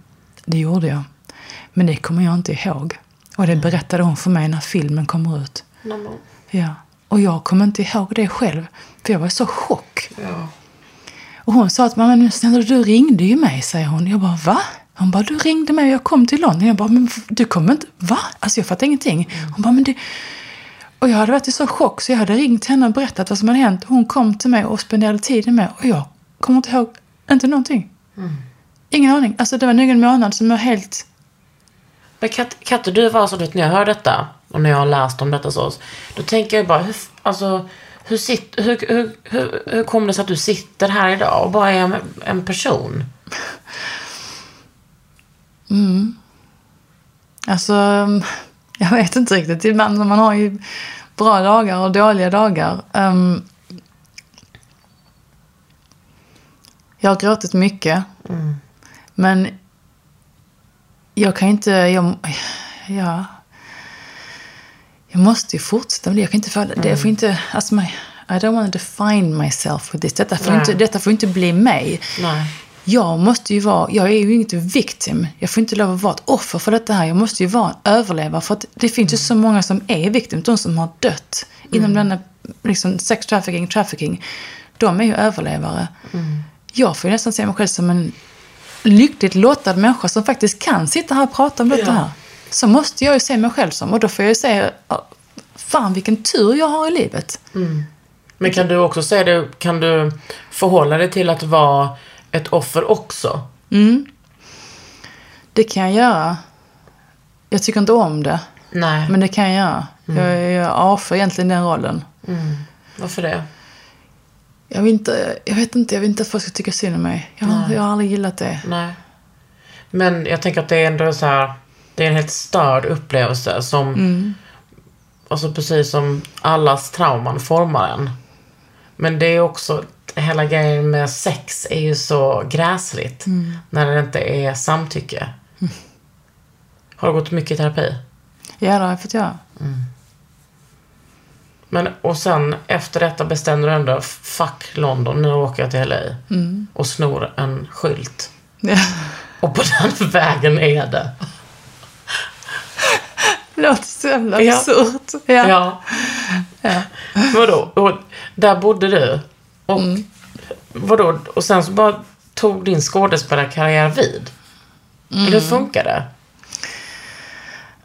Speaker 3: det gjorde jag. Men det kommer jag inte ihåg. Och det berättade hon för mig när filmen kommer ut. Ja. Och jag kommer inte ihåg det själv. För jag var i så chock.
Speaker 2: Ja.
Speaker 3: Och hon sa att mamma, men snälla du ringde ju mig, säger hon. Jag bara, va? Hon bara, du ringde mig och jag kom till London. Jag bara, men du kommer inte, va? Alltså jag fattar ingenting. Hon bara, men det... Och jag hade varit i så chock så jag hade ringt henne och berättat vad som hade hänt. Hon kom till mig och spenderade tiden med och jag kommer inte ihåg, inte någonting. Ingen aning. Alltså det var nog en månad som jag helt...
Speaker 2: Men Kat- Katte, du var alltså, du vet, när jag hör detta och när jag har läst om detta så, då tänker jag bara, hur, f- alltså, hur, sit, hur, hur, hur, hur kom det sig att du sitter här idag och bara är en, en person?
Speaker 3: Alltså, um, jag vet inte riktigt. Ibland man har ju bra dagar och dåliga dagar. Um, jag har gråtit mycket. Men jag kan inte... Jag, ja, jag måste ju fortsätta med det. Jag kan inte falla... Det får inte... Alltså, my, I don't want to define myself with this. Detta får,
Speaker 2: Nej.
Speaker 3: inte, detta får inte bli mig.
Speaker 2: Nej.
Speaker 3: Jag måste ju vara, jag är ju inget victim. Jag får inte lov att vara ett offer för detta här. Jag måste ju vara en överlevare. För att det finns ju så många som är victim. De som har dött inom denna liksom, sex trafficking, trafficking. De är ju överlevare. Jag får ju nästan se mig själv som en lyckligt lottad människa som faktiskt kan sitta här och prata om detta här. Så måste jag ju se mig själv som. Och då får jag ju säga, fan vilken tur jag har i livet.
Speaker 2: Men kan du också säga det, kan du förhålla dig till att vara ett offer också?
Speaker 3: Det kan jag göra. Jag tycker inte om det.
Speaker 2: Nej,
Speaker 3: Men det kan jag göra. Jag, jag avskyr egentligen den rollen.
Speaker 2: varför det?
Speaker 3: Jag vill inte, jag vet inte, jag vill inte att folk ska tycka synd om mig. Jag, har- jag har aldrig gillat det.
Speaker 2: Nej. Men jag tänker att det är ändå så här, det är en helt störd upplevelse som, alltså precis som allas trauman formar en. Men det är också, hela grejen med sex är ju så gräsligt när det inte är samtycke. Har du gått mycket i terapi?
Speaker 3: Ja, det har jag fått göra.
Speaker 2: Men, och sen efter detta bestämde du ändå, fuck London, nu åker jag till LA. Och snor en skylt. Och på den vägen är det.
Speaker 3: Låter så jävla
Speaker 2: Ja.
Speaker 3: absurt. Ja.
Speaker 2: Ja. Vadå? Och där bodde du. Och vadå? Och sen så bara tog din skådespelarkarriär vid. Hur funkar det?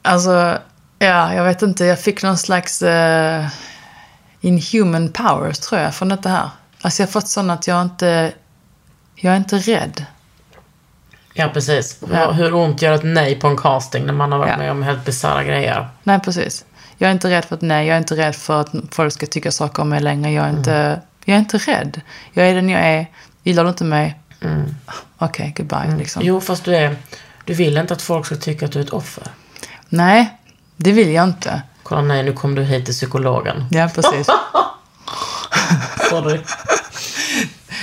Speaker 3: Alltså, ja, jag vet inte. Jag fick någon slags eh, inhuman powers, tror jag, från detta här. Alltså jag har fått sån att jag inte... Jag är inte rädd.
Speaker 2: Ja, precis. Ja. Hur ont gör ett nej på en casting när man har varit
Speaker 3: Ja.
Speaker 2: med om helt bisarra grejer?
Speaker 3: Nej, precis. Jag är inte rädd för att nej, jag är inte rädd för att folk ska tycka saker om mig längre. Jag är inte, jag är inte rädd. Jag är den jag är. Gillar du inte mig? Okej, goodbye. Liksom.
Speaker 2: Jo, fast du är... Du vill inte att folk ska tycka att du är ett offer.
Speaker 3: Nej, det vill jag inte.
Speaker 2: Kolla, nej, nu kom du hit till psykologen.
Speaker 3: Ja, precis.
Speaker 2: Sorry.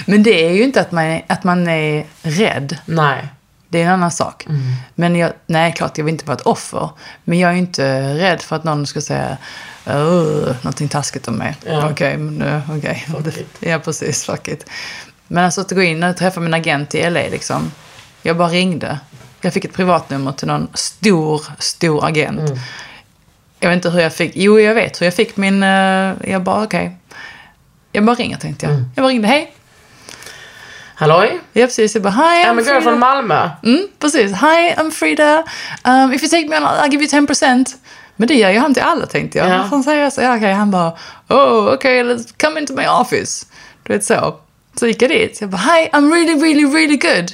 Speaker 3: Men det är ju inte att man är, att man är rädd.
Speaker 2: nej.
Speaker 3: Det är en annan sak. Men jag, nej, klart jag vill inte vara ett offer. Men jag är ju inte rädd för att någon ska säga "Åh, någonting taskigt om mig. Okej, men eh, okej.
Speaker 2: it.
Speaker 3: Ja, precis. Fuck it. Men alltså att gå in och träffa min agent i LA liksom. Jag bara ringde. Jag fick ett privatnummer till någon stor, stor agent. Jag vet inte hur jag fick. Jo, jag vet hur jag fick min... eh, jag bara okej. Jag bara ringer tänkte jag. Jag bara ringde. Hej.
Speaker 2: Halloj?
Speaker 3: Ja, precis. Jag bara hej.
Speaker 2: I'm a girl
Speaker 3: Frida."
Speaker 2: från Malmö.
Speaker 3: Mm, precis. Hi, I'm Frida. Um, if you take me on, I'll give you 10%. Men det gör ju han till alla, tänkte jag.
Speaker 2: Ja.
Speaker 3: Yeah. Han säger så, ja, okej. Han bara, oh, okay, let's come into my office. Du vet så. Så gick jag dit. Jag bara, hi, I'm really, really, really good.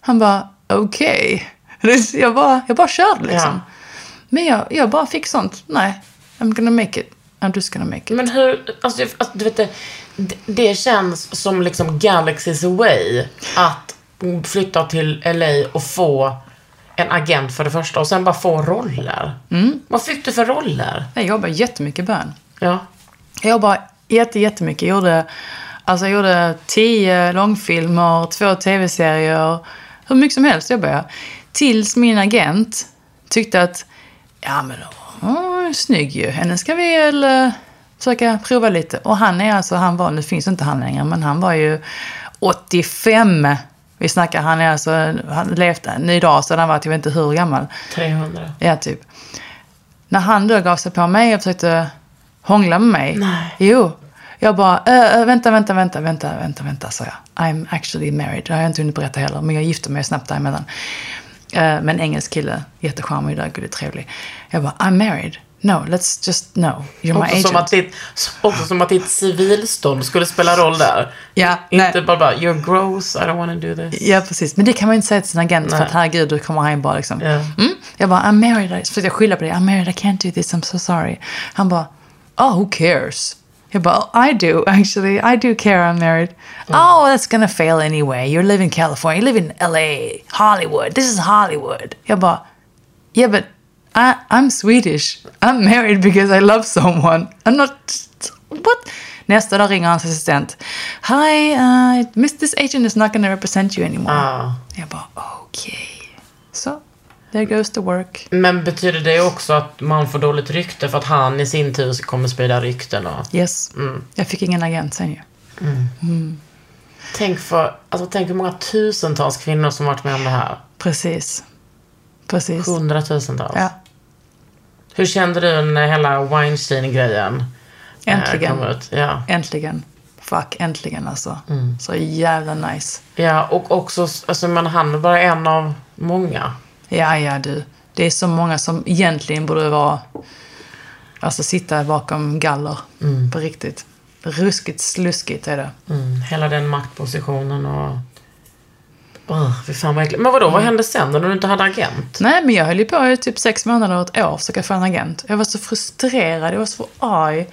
Speaker 3: Han bara, okej. Okay. Jag bara, jag bara körde liksom.
Speaker 2: Ja.
Speaker 3: Men jag, jag bara fick sånt. Nej, I'm gonna make it. I'm just gonna make it.
Speaker 2: Men hur, alltså, jag- alltså du vet det, det- det känns som liksom galaxies away att flytta till LA och få en agent för det första och sen bara få roller.
Speaker 3: Mm.
Speaker 2: Vad fick du för roller?
Speaker 3: Nej, Jag jobbar jättemycket i början.
Speaker 2: Ja.
Speaker 3: Jag jobbade jätte, jättemycket. Jag gjorde, alltså jag gjorde tio långfilmer, två tv-serier, hur mycket som helst jobbade jag. Tills min agent tyckte att, ja men oh, snygg ju, henne ska vi väl eh, försöka prova lite. Och han är alltså, han var, nu finns inte han längre, men han var ju 85. Vi snackar, han är alltså, han levt nu idag sedan han var jag vet inte hur gammal.
Speaker 2: 300.
Speaker 3: Ja, typ. När han då gav sig på mig och försökte hångla med mig.
Speaker 2: Nej.
Speaker 3: Jo. Jag bara, äh, äh, vänta, vänta, vänta, vänta, vänta, vänta, sa jag. I'm actually married. Det har jag inte hunnit berätta heller, men jag gifte mig snabbt däremellan. Äh, men engelsk kille, jättecharmig, där, gullig, trevlig. Jag bara, I'm married. No, let's just, no. You're my
Speaker 2: Också
Speaker 3: agent.
Speaker 2: som, att ditt, också som att ditt civilstånd skulle spela roll där.
Speaker 3: Ja,
Speaker 2: Inte
Speaker 3: nej.
Speaker 2: bara bara, you're gross, I don't wanna do this.
Speaker 3: Ja, precis. Men det kan man ju inte säga till sin agent för
Speaker 2: Nej.
Speaker 3: att herregud, då kommer han bara liksom.
Speaker 2: Ja.
Speaker 3: Mm. Jag bara, I'm married. För jag skyller på det. I'm married, I can't do this, I'm so sorry. Han bara, oh, who cares? Jag bara, oh, I do actually. I do care I'm married. Oh, that's gonna fail anyway. You live in California, you live in LA, Hollywood. This is Hollywood. Jag bara, yeah, but I, I'm Swedish. I'm married because I love someone. I'm not... What? Nästa dag ringer hans assistent. Hi, uh, miss this agent is not gonna represent you anymore.
Speaker 2: Ah.
Speaker 3: Jag bara, okej. Så, there goes the work.
Speaker 2: Men betyder det också att man får dåligt rykte för att han i sin tur kommer sprida rykten och...
Speaker 3: Yes. Jag fick ingen agent sen ju.
Speaker 2: Tänk, för, alltså, tänk hur många tusentals kvinnor som varit med om det här.
Speaker 3: Precis. Precis.
Speaker 2: Hundratusentals.
Speaker 3: Ja,
Speaker 2: Hur kände du när hela Weinstein-grejen eh,
Speaker 3: äntligen.
Speaker 2: kom ut? Ja.
Speaker 3: Äntligen. Fuck, äntligen alltså. Så jävla nice.
Speaker 2: ja, och också, alltså, men han är bara en av många.
Speaker 3: Ja, ja du. Det är så många som egentligen borde vara... Alltså sitta bakom galler. På riktigt. Ruskigt sluskigt är det.
Speaker 2: Mm. Hela den maktpositionen och... Oh, fy fan vad äckligt. Men
Speaker 3: Mm.
Speaker 2: vadå, vad hände sen då när du inte hade agent?
Speaker 3: Nej, men jag höll ju på i typ sex månader och ett år att försöka få en agent. Jag var så frustrerad, jag var så arg.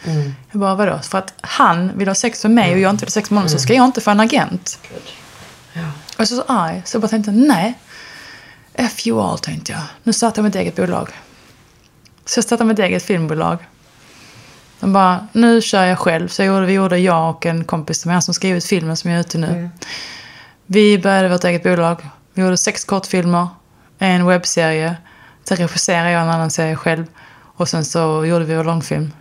Speaker 3: Jag bara, vadå? För att han vill ha sex med mig och jag inte vill ha sex med honom så ska jag inte få en agent. Och så, så arg, så jag bara tänkte, nej. F you all, tänkte jag. Nu startar jag mitt eget bolag. Så jag startade mitt eget filmbolag. De bara, nu kör jag själv. Så jag gjorde, vi gjorde jag och en kompis som är han som skrivit filmen som jag är ute nu.
Speaker 2: Mm.
Speaker 3: Vi började vårt eget bolag. Vi gjorde sex kortfilmer, en webbserie. Sen regisserade jag en annan serie själv. Och sen så gjorde vi vår långfilm.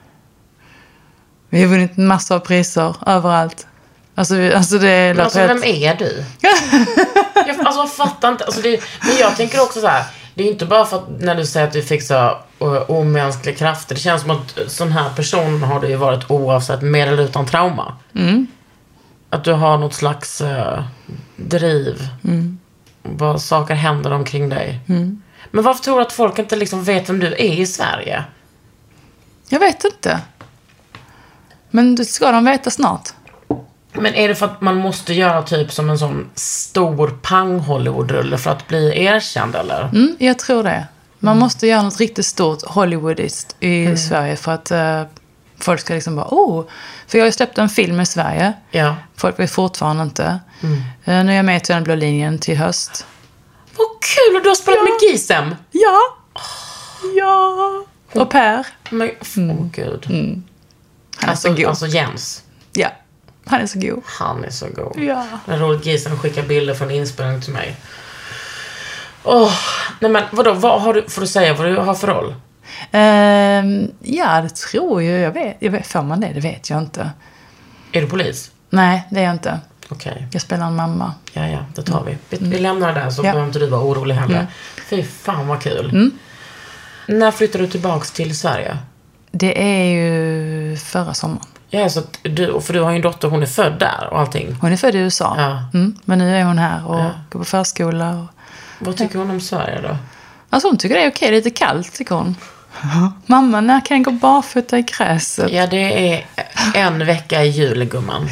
Speaker 3: Vi har vunnit massor av priser överallt. Alltså, vi, alltså det lät
Speaker 2: Alltså
Speaker 3: rätt.
Speaker 2: vem är du? jag, alltså jag fattar inte. Alltså, det, men jag tänker också så här. Det är inte bara för att när du säger att du fick så här, ö, omänskliga krafter. Det känns som att sån här person har du ju varit oavsett med eller utan trauma. Att du har något slags eh, driv. Vad saker händer omkring dig. Men varför tror du att folk inte liksom vet vem du är i Sverige?
Speaker 3: Jag vet inte. Men det ska de veta snart.
Speaker 2: Men är det för att man måste göra typ som en sån stor pang Hollywood-rulle för att bli erkänd eller?
Speaker 3: Mm, jag tror det. Man måste göra något riktigt stort Hollywoodiskt i Sverige för att eh, folk ska liksom bara oh. För jag har ju släppt en film i Sverige.
Speaker 2: Ja.
Speaker 3: Folk vet fortfarande inte. Eh, nu är jag med i Till den blå linjen till höst.
Speaker 2: Vad kul! Och du har spelat med Gisem!
Speaker 3: Ja! Ja! Och Per.
Speaker 2: Men, åh gud.
Speaker 3: Han är Mm. så
Speaker 2: Alltså,
Speaker 3: god.
Speaker 2: alltså Jens,
Speaker 3: Ja. Han är så god.
Speaker 2: han är så god.
Speaker 3: Ja.
Speaker 2: När Robert Gisem skickar bilder från inspelningen till mig. Åh, nej men vadå, vad har du, får du säga vad du har för roll?
Speaker 3: Ehm, ja, det tror jag. Jag vet, jag vet. Får man det? Det vet jag inte.
Speaker 2: Är du polis?
Speaker 3: Nej, det är jag inte.
Speaker 2: Okej,
Speaker 3: Jag spelar en mamma.
Speaker 2: ja ja, det tar vi. Vi, vi lämnar det där så
Speaker 3: Mm. Ja. Mm.
Speaker 2: behöver inte du vara orolig heller. Fy fan vad kul. När flyttar du tillbaks till Sverige?
Speaker 3: Det är ju förra sommaren.
Speaker 2: Ja, så att du, för du har ju en dotter, hon är född där och allting.
Speaker 3: Hon är född i USA.
Speaker 2: Ja.
Speaker 3: Mm, men nu är hon här och går på förskola. Och...
Speaker 2: Vad tycker hon om Sverige då?
Speaker 3: Alltså hon tycker det är okej. Det är lite kallt tycker hon. Mamma, när kan jag gå barfota i gräset?
Speaker 2: Ja, det är en vecka i jul, gumman.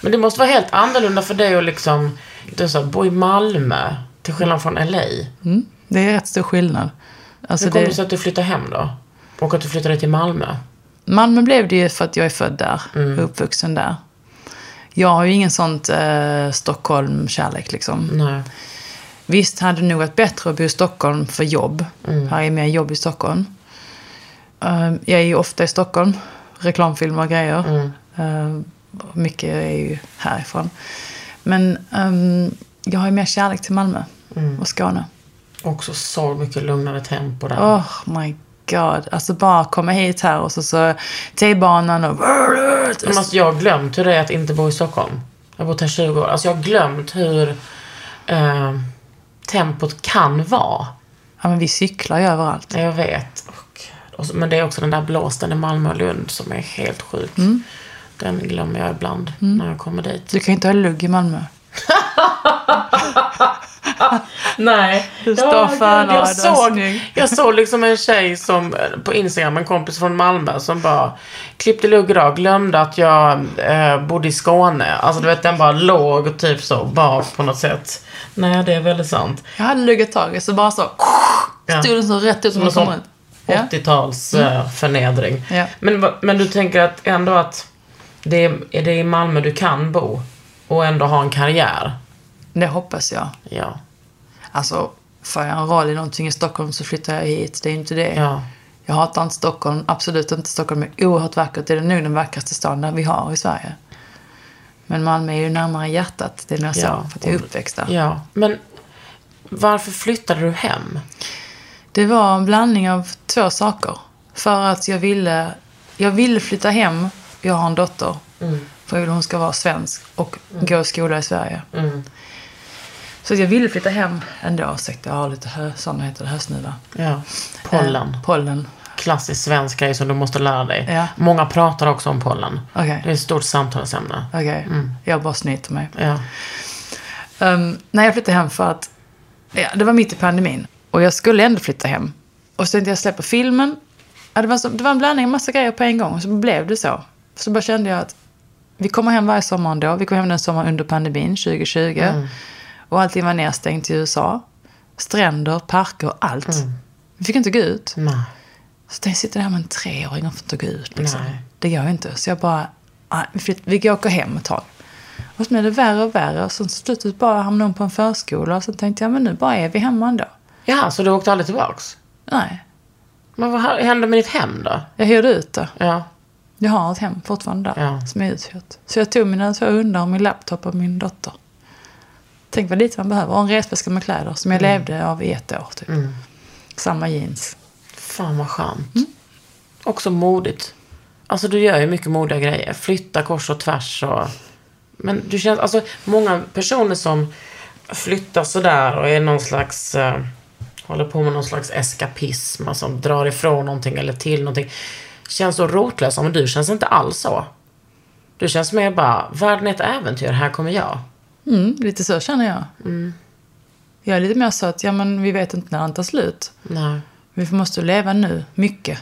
Speaker 2: Men det måste vara helt annorlunda för dig att liksom, du sa, bo i Malmö till skillnad från LA.
Speaker 3: Mm, det är rätt stor skillnad. Alltså
Speaker 2: Hur kommer det
Speaker 3: det...
Speaker 2: sig att du flyttar hem då? Och att du flyttade till Malmö?
Speaker 3: Malmö blev det ju för att jag är född där
Speaker 2: Mm.
Speaker 3: och uppvuxen där. Jag har ju ingen sånt eh, Stockholm-kärlek liksom.
Speaker 2: Nej.
Speaker 3: Visst hade det nog varit bättre att bo i Stockholm för jobb.
Speaker 2: Mm.
Speaker 3: Här är mer jobb i Stockholm. Ehm, Jag är ju ofta i Stockholm, reklamfilmer och grejer.
Speaker 2: Mm.
Speaker 3: Ehm, och Mycket är ju härifrån. Men ehm, jag har ju mer kärlek till Malmö
Speaker 2: Mm.
Speaker 3: och Skåne.
Speaker 2: Också så mycket lugnare tempo där.
Speaker 3: Oh my god. Alltså bara komma hit här och så, så T-banan och...
Speaker 2: Men alltså, jag har glömt hur det är att inte bo i Stockholm. Jag har bott här 20 år. Alltså jag har glömt hur eh, tempot kan vara.
Speaker 3: Ja men vi cyklar ju överallt.
Speaker 2: Ja, Jag vet. Och, och, så- men det är också den där blåsten i Malmö och Lund som är helt sjuk.
Speaker 3: Mm.
Speaker 2: Den glömmer jag ibland när jag kommer dit.
Speaker 3: Du kan ju inte ha lugg i Malmö.
Speaker 2: Nej.
Speaker 3: Du står fan av
Speaker 2: jag,
Speaker 3: den,
Speaker 2: såg,
Speaker 3: snygg.
Speaker 2: jag såg liksom en tjej som eh, på Instagram, en kompis från Malmö, som bara klippte lugg idag, glömde att jag eh, bodde i Skåne. Alltså du vet, den bara låg och typ så, bara på något sätt. Nej, det är väldigt sant.
Speaker 3: Jag hade lugg ett tag så bara så...
Speaker 2: Ja.
Speaker 3: Stod den så rätt ut som
Speaker 2: Som
Speaker 3: den
Speaker 2: en
Speaker 3: kom
Speaker 2: sån
Speaker 3: ut. Ja.
Speaker 2: 80-tals eh, förnedring.
Speaker 3: Ja.
Speaker 2: Men, va- men du tänker att ändå att det är, är det i Malmö du kan bo och ändå ha en karriär?
Speaker 3: Det hoppas jag.
Speaker 2: Ja.
Speaker 3: Alltså, får jag en roll i någonting i Stockholm så flyttar jag hit. Det är ju inte det.
Speaker 2: Ja.
Speaker 3: Jag hatar inte Stockholm. Absolut inte. Stockholm är oerhört vackert. Det är nog den vackraste staden där vi har i Sverige. Men Malmö är ju närmare hjärtat. Det är nog så.
Speaker 2: Ja.
Speaker 3: För att jag är uppväxt där.
Speaker 2: ja. Men varför flyttade du hem?
Speaker 3: Det var en blandning av två saker. För att jag ville, jag ville flytta hem. Jag har en dotter.
Speaker 2: Mm.
Speaker 3: För jag vill hon ska vara svensk och gå i skola i Sverige.
Speaker 2: Mm.
Speaker 3: Så jag ville flytta hem ändå. Ursäkta, jag har lite hö, sådana heter det, hösnuva.
Speaker 2: Ja. Pollen.
Speaker 3: Eh, pollen.
Speaker 2: Klassisk svensk grej som du måste lära dig.
Speaker 3: Ja.
Speaker 2: Många pratar också om pollen.
Speaker 3: Okej.
Speaker 2: Det är ett stort samtalsämne.
Speaker 3: Okej, jag bara snyter mig.
Speaker 2: Ja.
Speaker 3: Um, nej, jag flyttade hem för att ja, det var mitt i pandemin och jag skulle ändå flytta hem. Och så tänkte jag släppa filmen. Ja, det, var så, det var en blandning av massa grejer på en gång och så blev det så. Så bara kände jag att vi kommer hem varje sommar ändå. Vi kom hem den sommaren under pandemin 2020. Och allting var nedstängt i USA. Stränder, parker, allt. Vi fick inte gå ut.
Speaker 2: Nej.
Speaker 3: Så tänkte jag sitter där med en treåring och får inte gå ut. Liksom.
Speaker 2: Nej.
Speaker 3: Det gör jag inte. Så jag bara, "Ah, vi flytt- vi åker hem ett tag. Och så blev det värre och värre. Och sen till slut bara hamnade hon på en förskola. Och så tänkte jag, men nu bara är vi hemma ändå.
Speaker 2: Ja, så du åkte aldrig tillbaks?
Speaker 3: Nej,
Speaker 2: Men vad hände med ditt hem då?
Speaker 3: jag hyrde ut det.
Speaker 2: Ja.
Speaker 3: Jag har ett hem fortfarande där,
Speaker 2: Ja.
Speaker 3: som är uthyrt. Så jag tog mina två hundar, och min laptop och min dotter. Tänk vad lite man behöver. Och en resväska med kläder, som
Speaker 2: Mm.
Speaker 3: jag levde av i ett år. Typ. Samma jeans.
Speaker 2: Fan vad skönt. Också modigt. Alltså du gör ju mycket modiga grejer. Flytta kors och tvärs och... Men du känns, alltså många personer som flyttar sådär och är någon slags... Eh, håller på med någon slags eskapism, alltså drar ifrån någonting eller till någonting. Känns så rotlösa, men du känns inte alls så. Du känns mer bara, världen är ett äventyr, här kommer jag.
Speaker 3: Mm, lite så känner jag.
Speaker 2: Mm.
Speaker 3: Jag är lite mer så att, ja men vi vet inte när den tar slut.
Speaker 2: Nej.
Speaker 3: Vi måste leva nu, mycket.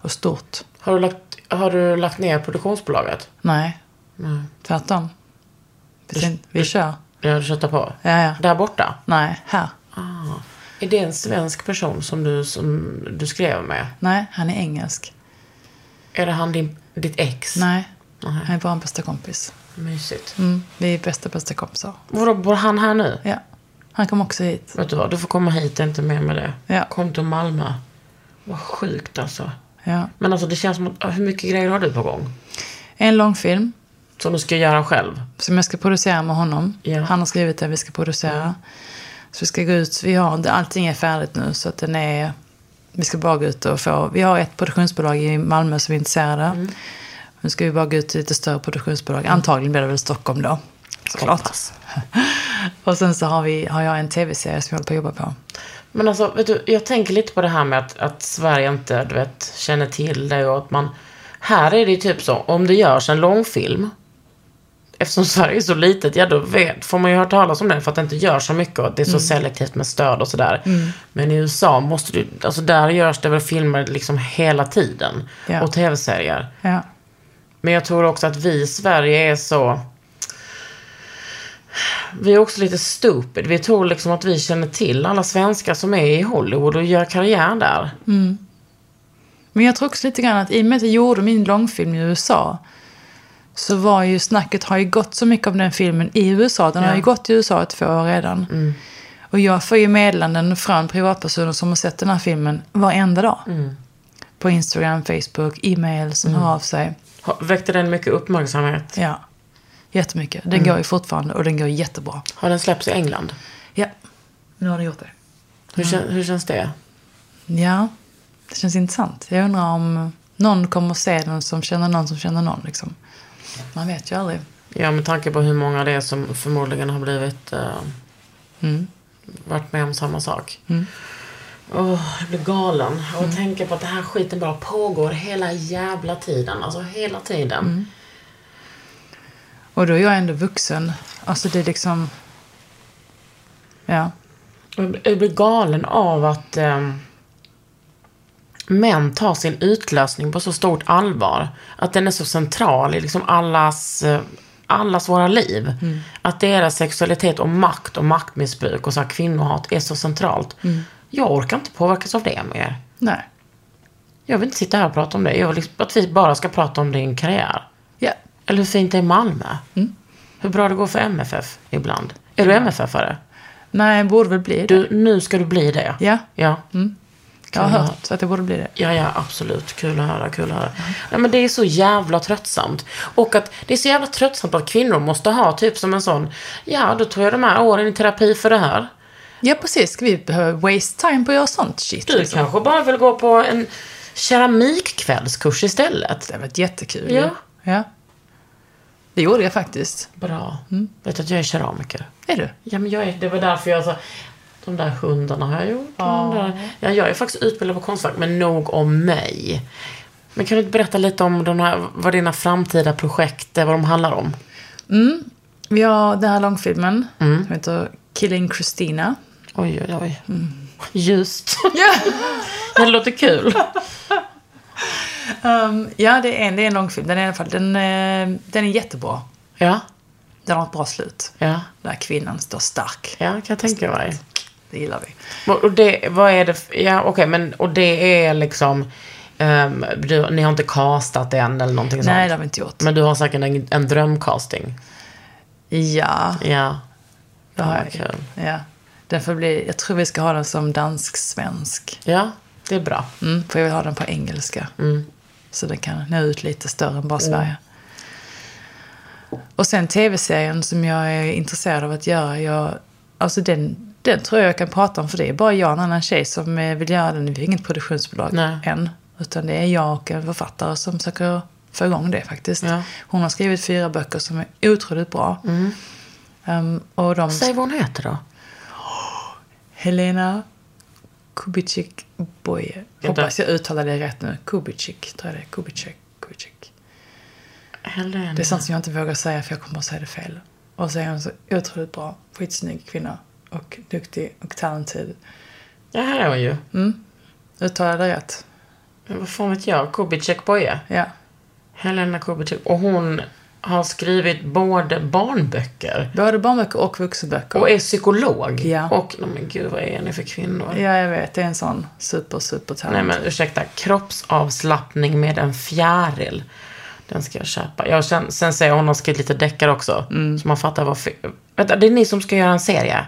Speaker 3: Och stort.
Speaker 2: Har du lagt, har du lagt ner produktionsbolaget?
Speaker 3: Nej. Tvärtom. Vi, sen, vi kör.
Speaker 2: Ja, du köttar på?
Speaker 3: Ja, ja.
Speaker 2: Där borta?
Speaker 3: Nej, här.
Speaker 2: Ah. Är det en svensk person som du, som du skrev med?
Speaker 3: Nej, han är engelsk.
Speaker 2: Är det han din, ditt ex?
Speaker 3: Nej, han är vår bästa kompis.
Speaker 2: Mysigt.
Speaker 3: Mm, vi är bästa, bästa kompisar.
Speaker 2: Vadå, bor han här nu?
Speaker 3: Ja. Han kom också hit.
Speaker 2: Vet du vad, du får komma hit, det är inte mer med det.
Speaker 3: Ja.
Speaker 2: Kom till Malmö. Vad sjukt alltså.
Speaker 3: Ja.
Speaker 2: Men alltså det känns som att, hur mycket grejer har du på gång?
Speaker 3: En långfilm
Speaker 2: Som du ska göra själv?
Speaker 3: som jag ska producera med honom.
Speaker 2: Ja.
Speaker 3: Han har skrivit den, vi ska producera. Så vi ska gå ut, vi har, allting är färdigt nu så att den är, vi ska bara gå ut och få, vi har ett produktionsbolag i Malmö som är intresserade.
Speaker 2: Mm.
Speaker 3: Nu ska vi bara gå ut till lite större produktionsbolag, antagligen blir det väl Stockholm då. Såklart.
Speaker 2: Hoppas.
Speaker 3: Och sen så har, vi, har jag en tv-serie som jag håller på att jobba på.
Speaker 2: Men alltså, vet du, jag tänker lite på det här med att, att Sverige inte, du vet, känner till det och att man... Här är det ju typ så, om det görs en långfilm, eftersom Sverige är så litet, ja då vet, får man ju höra talas om det för att det inte görs så mycket och att det är så selektivt med stöd och sådär. Men i USA måste du, alltså där görs det väl filmer liksom hela tiden.
Speaker 3: Ja.
Speaker 2: Och tv-serier.
Speaker 3: Ja.
Speaker 2: Men jag tror också att vi i Sverige är så... Vi är också lite stupid. Vi tror liksom att vi känner till alla svenskar som är i Hollywood och gör karriär där.
Speaker 3: Men jag tror också lite grann att i och med att jag gjorde min långfilm i USA så var ju snacket har ju gått så mycket om den filmen i USA. Den har ju gått i USA i två år redan. Och jag får ju meddelanden från privatpersoner som har sett den här filmen varenda dag. På Instagram, Facebook, e-mail som hör av sig.
Speaker 2: Har- Väckte den mycket uppmärksamhet?
Speaker 3: Ja, jättemycket. Den går ju fortfarande och den går jättebra.
Speaker 2: Har den släppts i England?
Speaker 3: Ja, nu har den gjort det.
Speaker 2: Hur, kän, hur känns det?
Speaker 3: Ja, det känns intressant. Jag undrar om någon kommer att se den som känner någon som känner någon. Liksom. Man vet ju aldrig.
Speaker 2: Ja, med tanke på hur många det är som förmodligen har blivit... eh, Mm. Varit med om samma sak. Åh, jag blir galen. Och mm. tänker på att den här skiten bara pågår hela jävla tiden. Alltså hela tiden.
Speaker 3: Och då är jag ändå vuxen. Alltså det är liksom... Ja.
Speaker 2: Jag blir- Jag blir galen av att ehm, män tar sin utlösning på så stort allvar. Att den är så central i liksom allas, eh, allas våra liv. Att deras sexualitet och makt och maktmissbruk och så här kvinnohat är så centralt. Jag orkar inte påverkas av det mer.
Speaker 3: Nej.
Speaker 2: Jag vill inte sitta här och prata om det. Jag vill liksom att vi bara ska prata om din karriär.
Speaker 3: Ja.
Speaker 2: Eller hur fint det är i Malmö. Hur bra det går för MFF ibland. Är du MFF-are?
Speaker 3: Nej, jag borde väl bli det.
Speaker 2: Du, nu ska du bli det.
Speaker 3: Ja.
Speaker 2: ja.
Speaker 3: jag har
Speaker 2: kan jag-
Speaker 3: hört att jag borde bli det.
Speaker 2: Ja, ja, absolut. Kul att höra, kul att höra. Nej, men det är så jävla tröttsamt. Och att det är så jävla tröttsamt att kvinnor måste ha typ som en sån, ja, då tog jag de här åren i terapi för det här.
Speaker 3: Ja, precis. Ska vi behöva waste time på att göra sånt shit?
Speaker 2: Du kanske bara vill gå på en keramikkvällskurs istället.
Speaker 3: Det har varit jättekul.
Speaker 2: Ja.
Speaker 3: ja. Det gjorde jag faktiskt.
Speaker 2: Bra. Mm. Vet du att jag är keramiker?
Speaker 3: Är du?
Speaker 2: Ja, men jag är, det var därför jag sa, de där hundarna har jag gjort. och de Där. Ja, jag är faktiskt utbildad på Konstfack, men nog om mig. Men kan du inte berätta lite om de här, vad dina framtida projekt, är, vad de handlar om?
Speaker 3: Vi har den här långfilmen
Speaker 2: Mm.
Speaker 3: som heter Killing Christina.
Speaker 2: Oj, oj, oj. Mm. Ljust. det låter kul.
Speaker 3: Ehm, ja, det är en, det är en långfilm. Den är, i alla fall, den, eh, den är jättebra.
Speaker 2: Ja,
Speaker 3: Den har ett bra slut.
Speaker 2: ja,
Speaker 3: Där kvinnan står stark.
Speaker 2: ja, kan jag tänka mig.
Speaker 3: Det gillar vi.
Speaker 2: Och och det, vad är det, f- ja okej, men och det är liksom, ehm, du, ni har inte castat än eller någonting sånt?
Speaker 3: Nej, det har vi inte gjort.
Speaker 2: Men du har säkert en, en drömcasting?
Speaker 3: Ja,
Speaker 2: Ja.
Speaker 3: det har
Speaker 2: vad
Speaker 3: jag.
Speaker 2: kul.
Speaker 3: Ja. Den får bli, jag tror vi ska ha den som dansk-svensk.
Speaker 2: Ja, det är bra.
Speaker 3: Mm, för jag vill ha den på engelska.
Speaker 2: Mm.
Speaker 3: Så den kan nå ut lite större än bara Sverige. Och sen tv-serien som jag är intresserad av att göra. Jag, alltså den, den tror jag jag kan prata om för det är bara jag och en annan tjej som eh, vill göra den. Vi har inget produktionsbolag
Speaker 2: Nej.
Speaker 3: än. Utan det är jag och en författare som försöker få igång det faktiskt.
Speaker 2: Ja. Mm.
Speaker 3: Hon har skrivit fyra böcker som är otroligt bra. Ehm, och de...
Speaker 2: Säg vad hon heter då.
Speaker 3: Helena Kubicek Boye.
Speaker 2: Vänta.
Speaker 3: Hoppas jag uttalar det rätt nu. Kubicek, tror jag det är. Kubicek, Kubicek.
Speaker 2: Helena.
Speaker 3: Det är sånt som jag inte vågar säga för jag kommer att säga det fel. Och så är hon så otroligt bra, skitsnygg kvinna. Och duktig och talented.
Speaker 2: Ja, här är hon ju.
Speaker 3: Uttalar det rätt?
Speaker 2: Men Vad fan vet jag? Kubicek Boye.
Speaker 3: Ja.
Speaker 2: Helena Kubicek. Och hon har skrivit både barnböcker
Speaker 3: Både barnböcker och vuxenböcker.
Speaker 2: och är psykolog.
Speaker 3: Ja.
Speaker 2: Och, oh, men gud vad är ni för kvinnor?
Speaker 3: Ja, jag vet. Det är en sån super, super
Speaker 2: Nej
Speaker 3: talent.
Speaker 2: men ursäkta, kroppsavslappning med en fjäril. Den ska jag köpa. Jag sen, sen säger hon, hon har skrivit lite deckare också. Så man fattar vad... fi- Vänta, det är ni som ska göra en serie?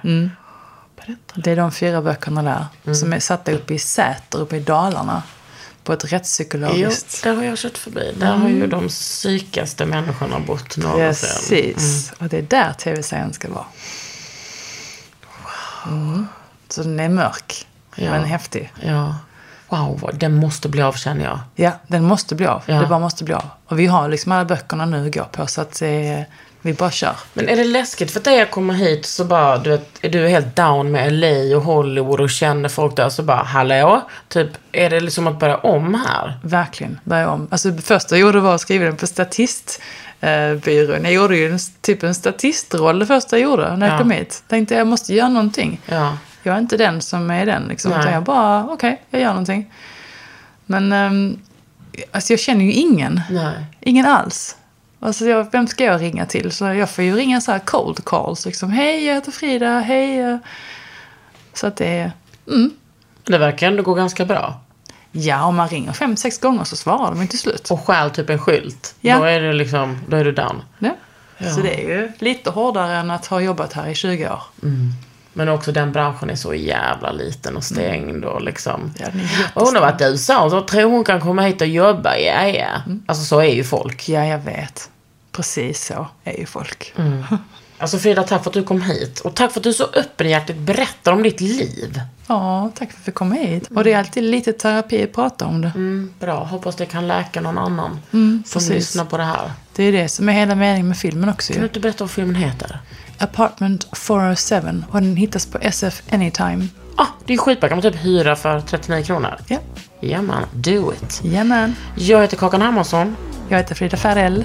Speaker 2: Berätta.
Speaker 3: Det är de fyra böckerna där.
Speaker 2: Mm.
Speaker 3: Som är satta uppe i Säter, uppe i Dalarna. På ett
Speaker 2: Jo,
Speaker 3: rättspsykologiskt
Speaker 2: där har jag kört förbi. Mm. Där har ju de psykaste människorna bott någonsin.
Speaker 3: Precis,
Speaker 2: Mm.
Speaker 3: och det är där tv-serien ska vara. Mm. Så den är mörk,
Speaker 2: Ja.
Speaker 3: men häftig.
Speaker 2: Ja. Wow, vad- den måste bli av känner jag.
Speaker 3: Ja, den måste bli av.
Speaker 2: Ja.
Speaker 3: Det bara måste bli av. Och vi har liksom alla böckerna nu att gå på, så att eh, vi bara kör.
Speaker 2: Men är det läskigt? För att när jag kommer hit så bara, du vet, är du helt down med LA och Hollywood och känner folk där så bara, hallå? Typ, är det liksom att börja om här?
Speaker 3: Verkligen, börja om. Alltså det första jag gjorde var att skriva den på statistbyrån. Jag gjorde ju en, typ en statistroll det första jag gjorde när jag
Speaker 2: Ja.
Speaker 3: kom hit. Tänkte jag måste göra någonting.
Speaker 2: Ja.
Speaker 3: Jag är inte den som är den liksom.
Speaker 2: Nej.
Speaker 3: Utan jag bara, okej, jag gör någonting. Men ehm, alltså jag känner ju ingen.
Speaker 2: Nej.
Speaker 3: Ingen alls. Alltså jag, vem ska jag ringa till? Så jag får ju ringa så här cold calls liksom. Hej, jag heter Frida, hej. eh. Så att det är...
Speaker 2: Det verkar ändå gå ganska bra.
Speaker 3: Ja, om man ringer fem, sex gånger så svarar de inte till slut.
Speaker 2: Och stjäl typ en skylt.
Speaker 3: Ja.
Speaker 2: Då är du liksom, då är du down.
Speaker 3: Nej. Så det är ju lite hårdare än att ha jobbat här i 20 år.
Speaker 2: Men också den branschen är så jävla liten och stängd och liksom.
Speaker 3: Mm. Ja, den är
Speaker 2: och hon har varit i USA och så tror hon kan komma hit och jobba. Ja, ja.
Speaker 3: Mm.
Speaker 2: Alltså så är ju folk.
Speaker 3: Ja, jag vet. Precis så är ju folk.
Speaker 2: Alltså Frida, tack för att du kom hit. Och tack för att du så öppenhjärtigt berättar om ditt liv.
Speaker 3: Ja, tack för att vi kom hit. Och det är alltid lite terapi att prata om det.
Speaker 2: Bra, hoppas det kan läka någon annan som
Speaker 3: Mm, precis.
Speaker 2: lyssnar på det här.
Speaker 3: Det är det som är hela meningen med filmen också
Speaker 2: Kan du
Speaker 3: ju.
Speaker 2: inte berätta vad filmen heter?
Speaker 3: Apartment 407 och den hittas på SF Anytime.
Speaker 2: Ah, det är skitbra, kan man typ hyra för 39 kronor?
Speaker 3: Ja,
Speaker 2: Ja man, do it.
Speaker 3: jajamän.
Speaker 2: Jag heter Kakan Hermansson.
Speaker 3: Jag heter Frida Farell.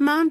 Speaker 7: Mom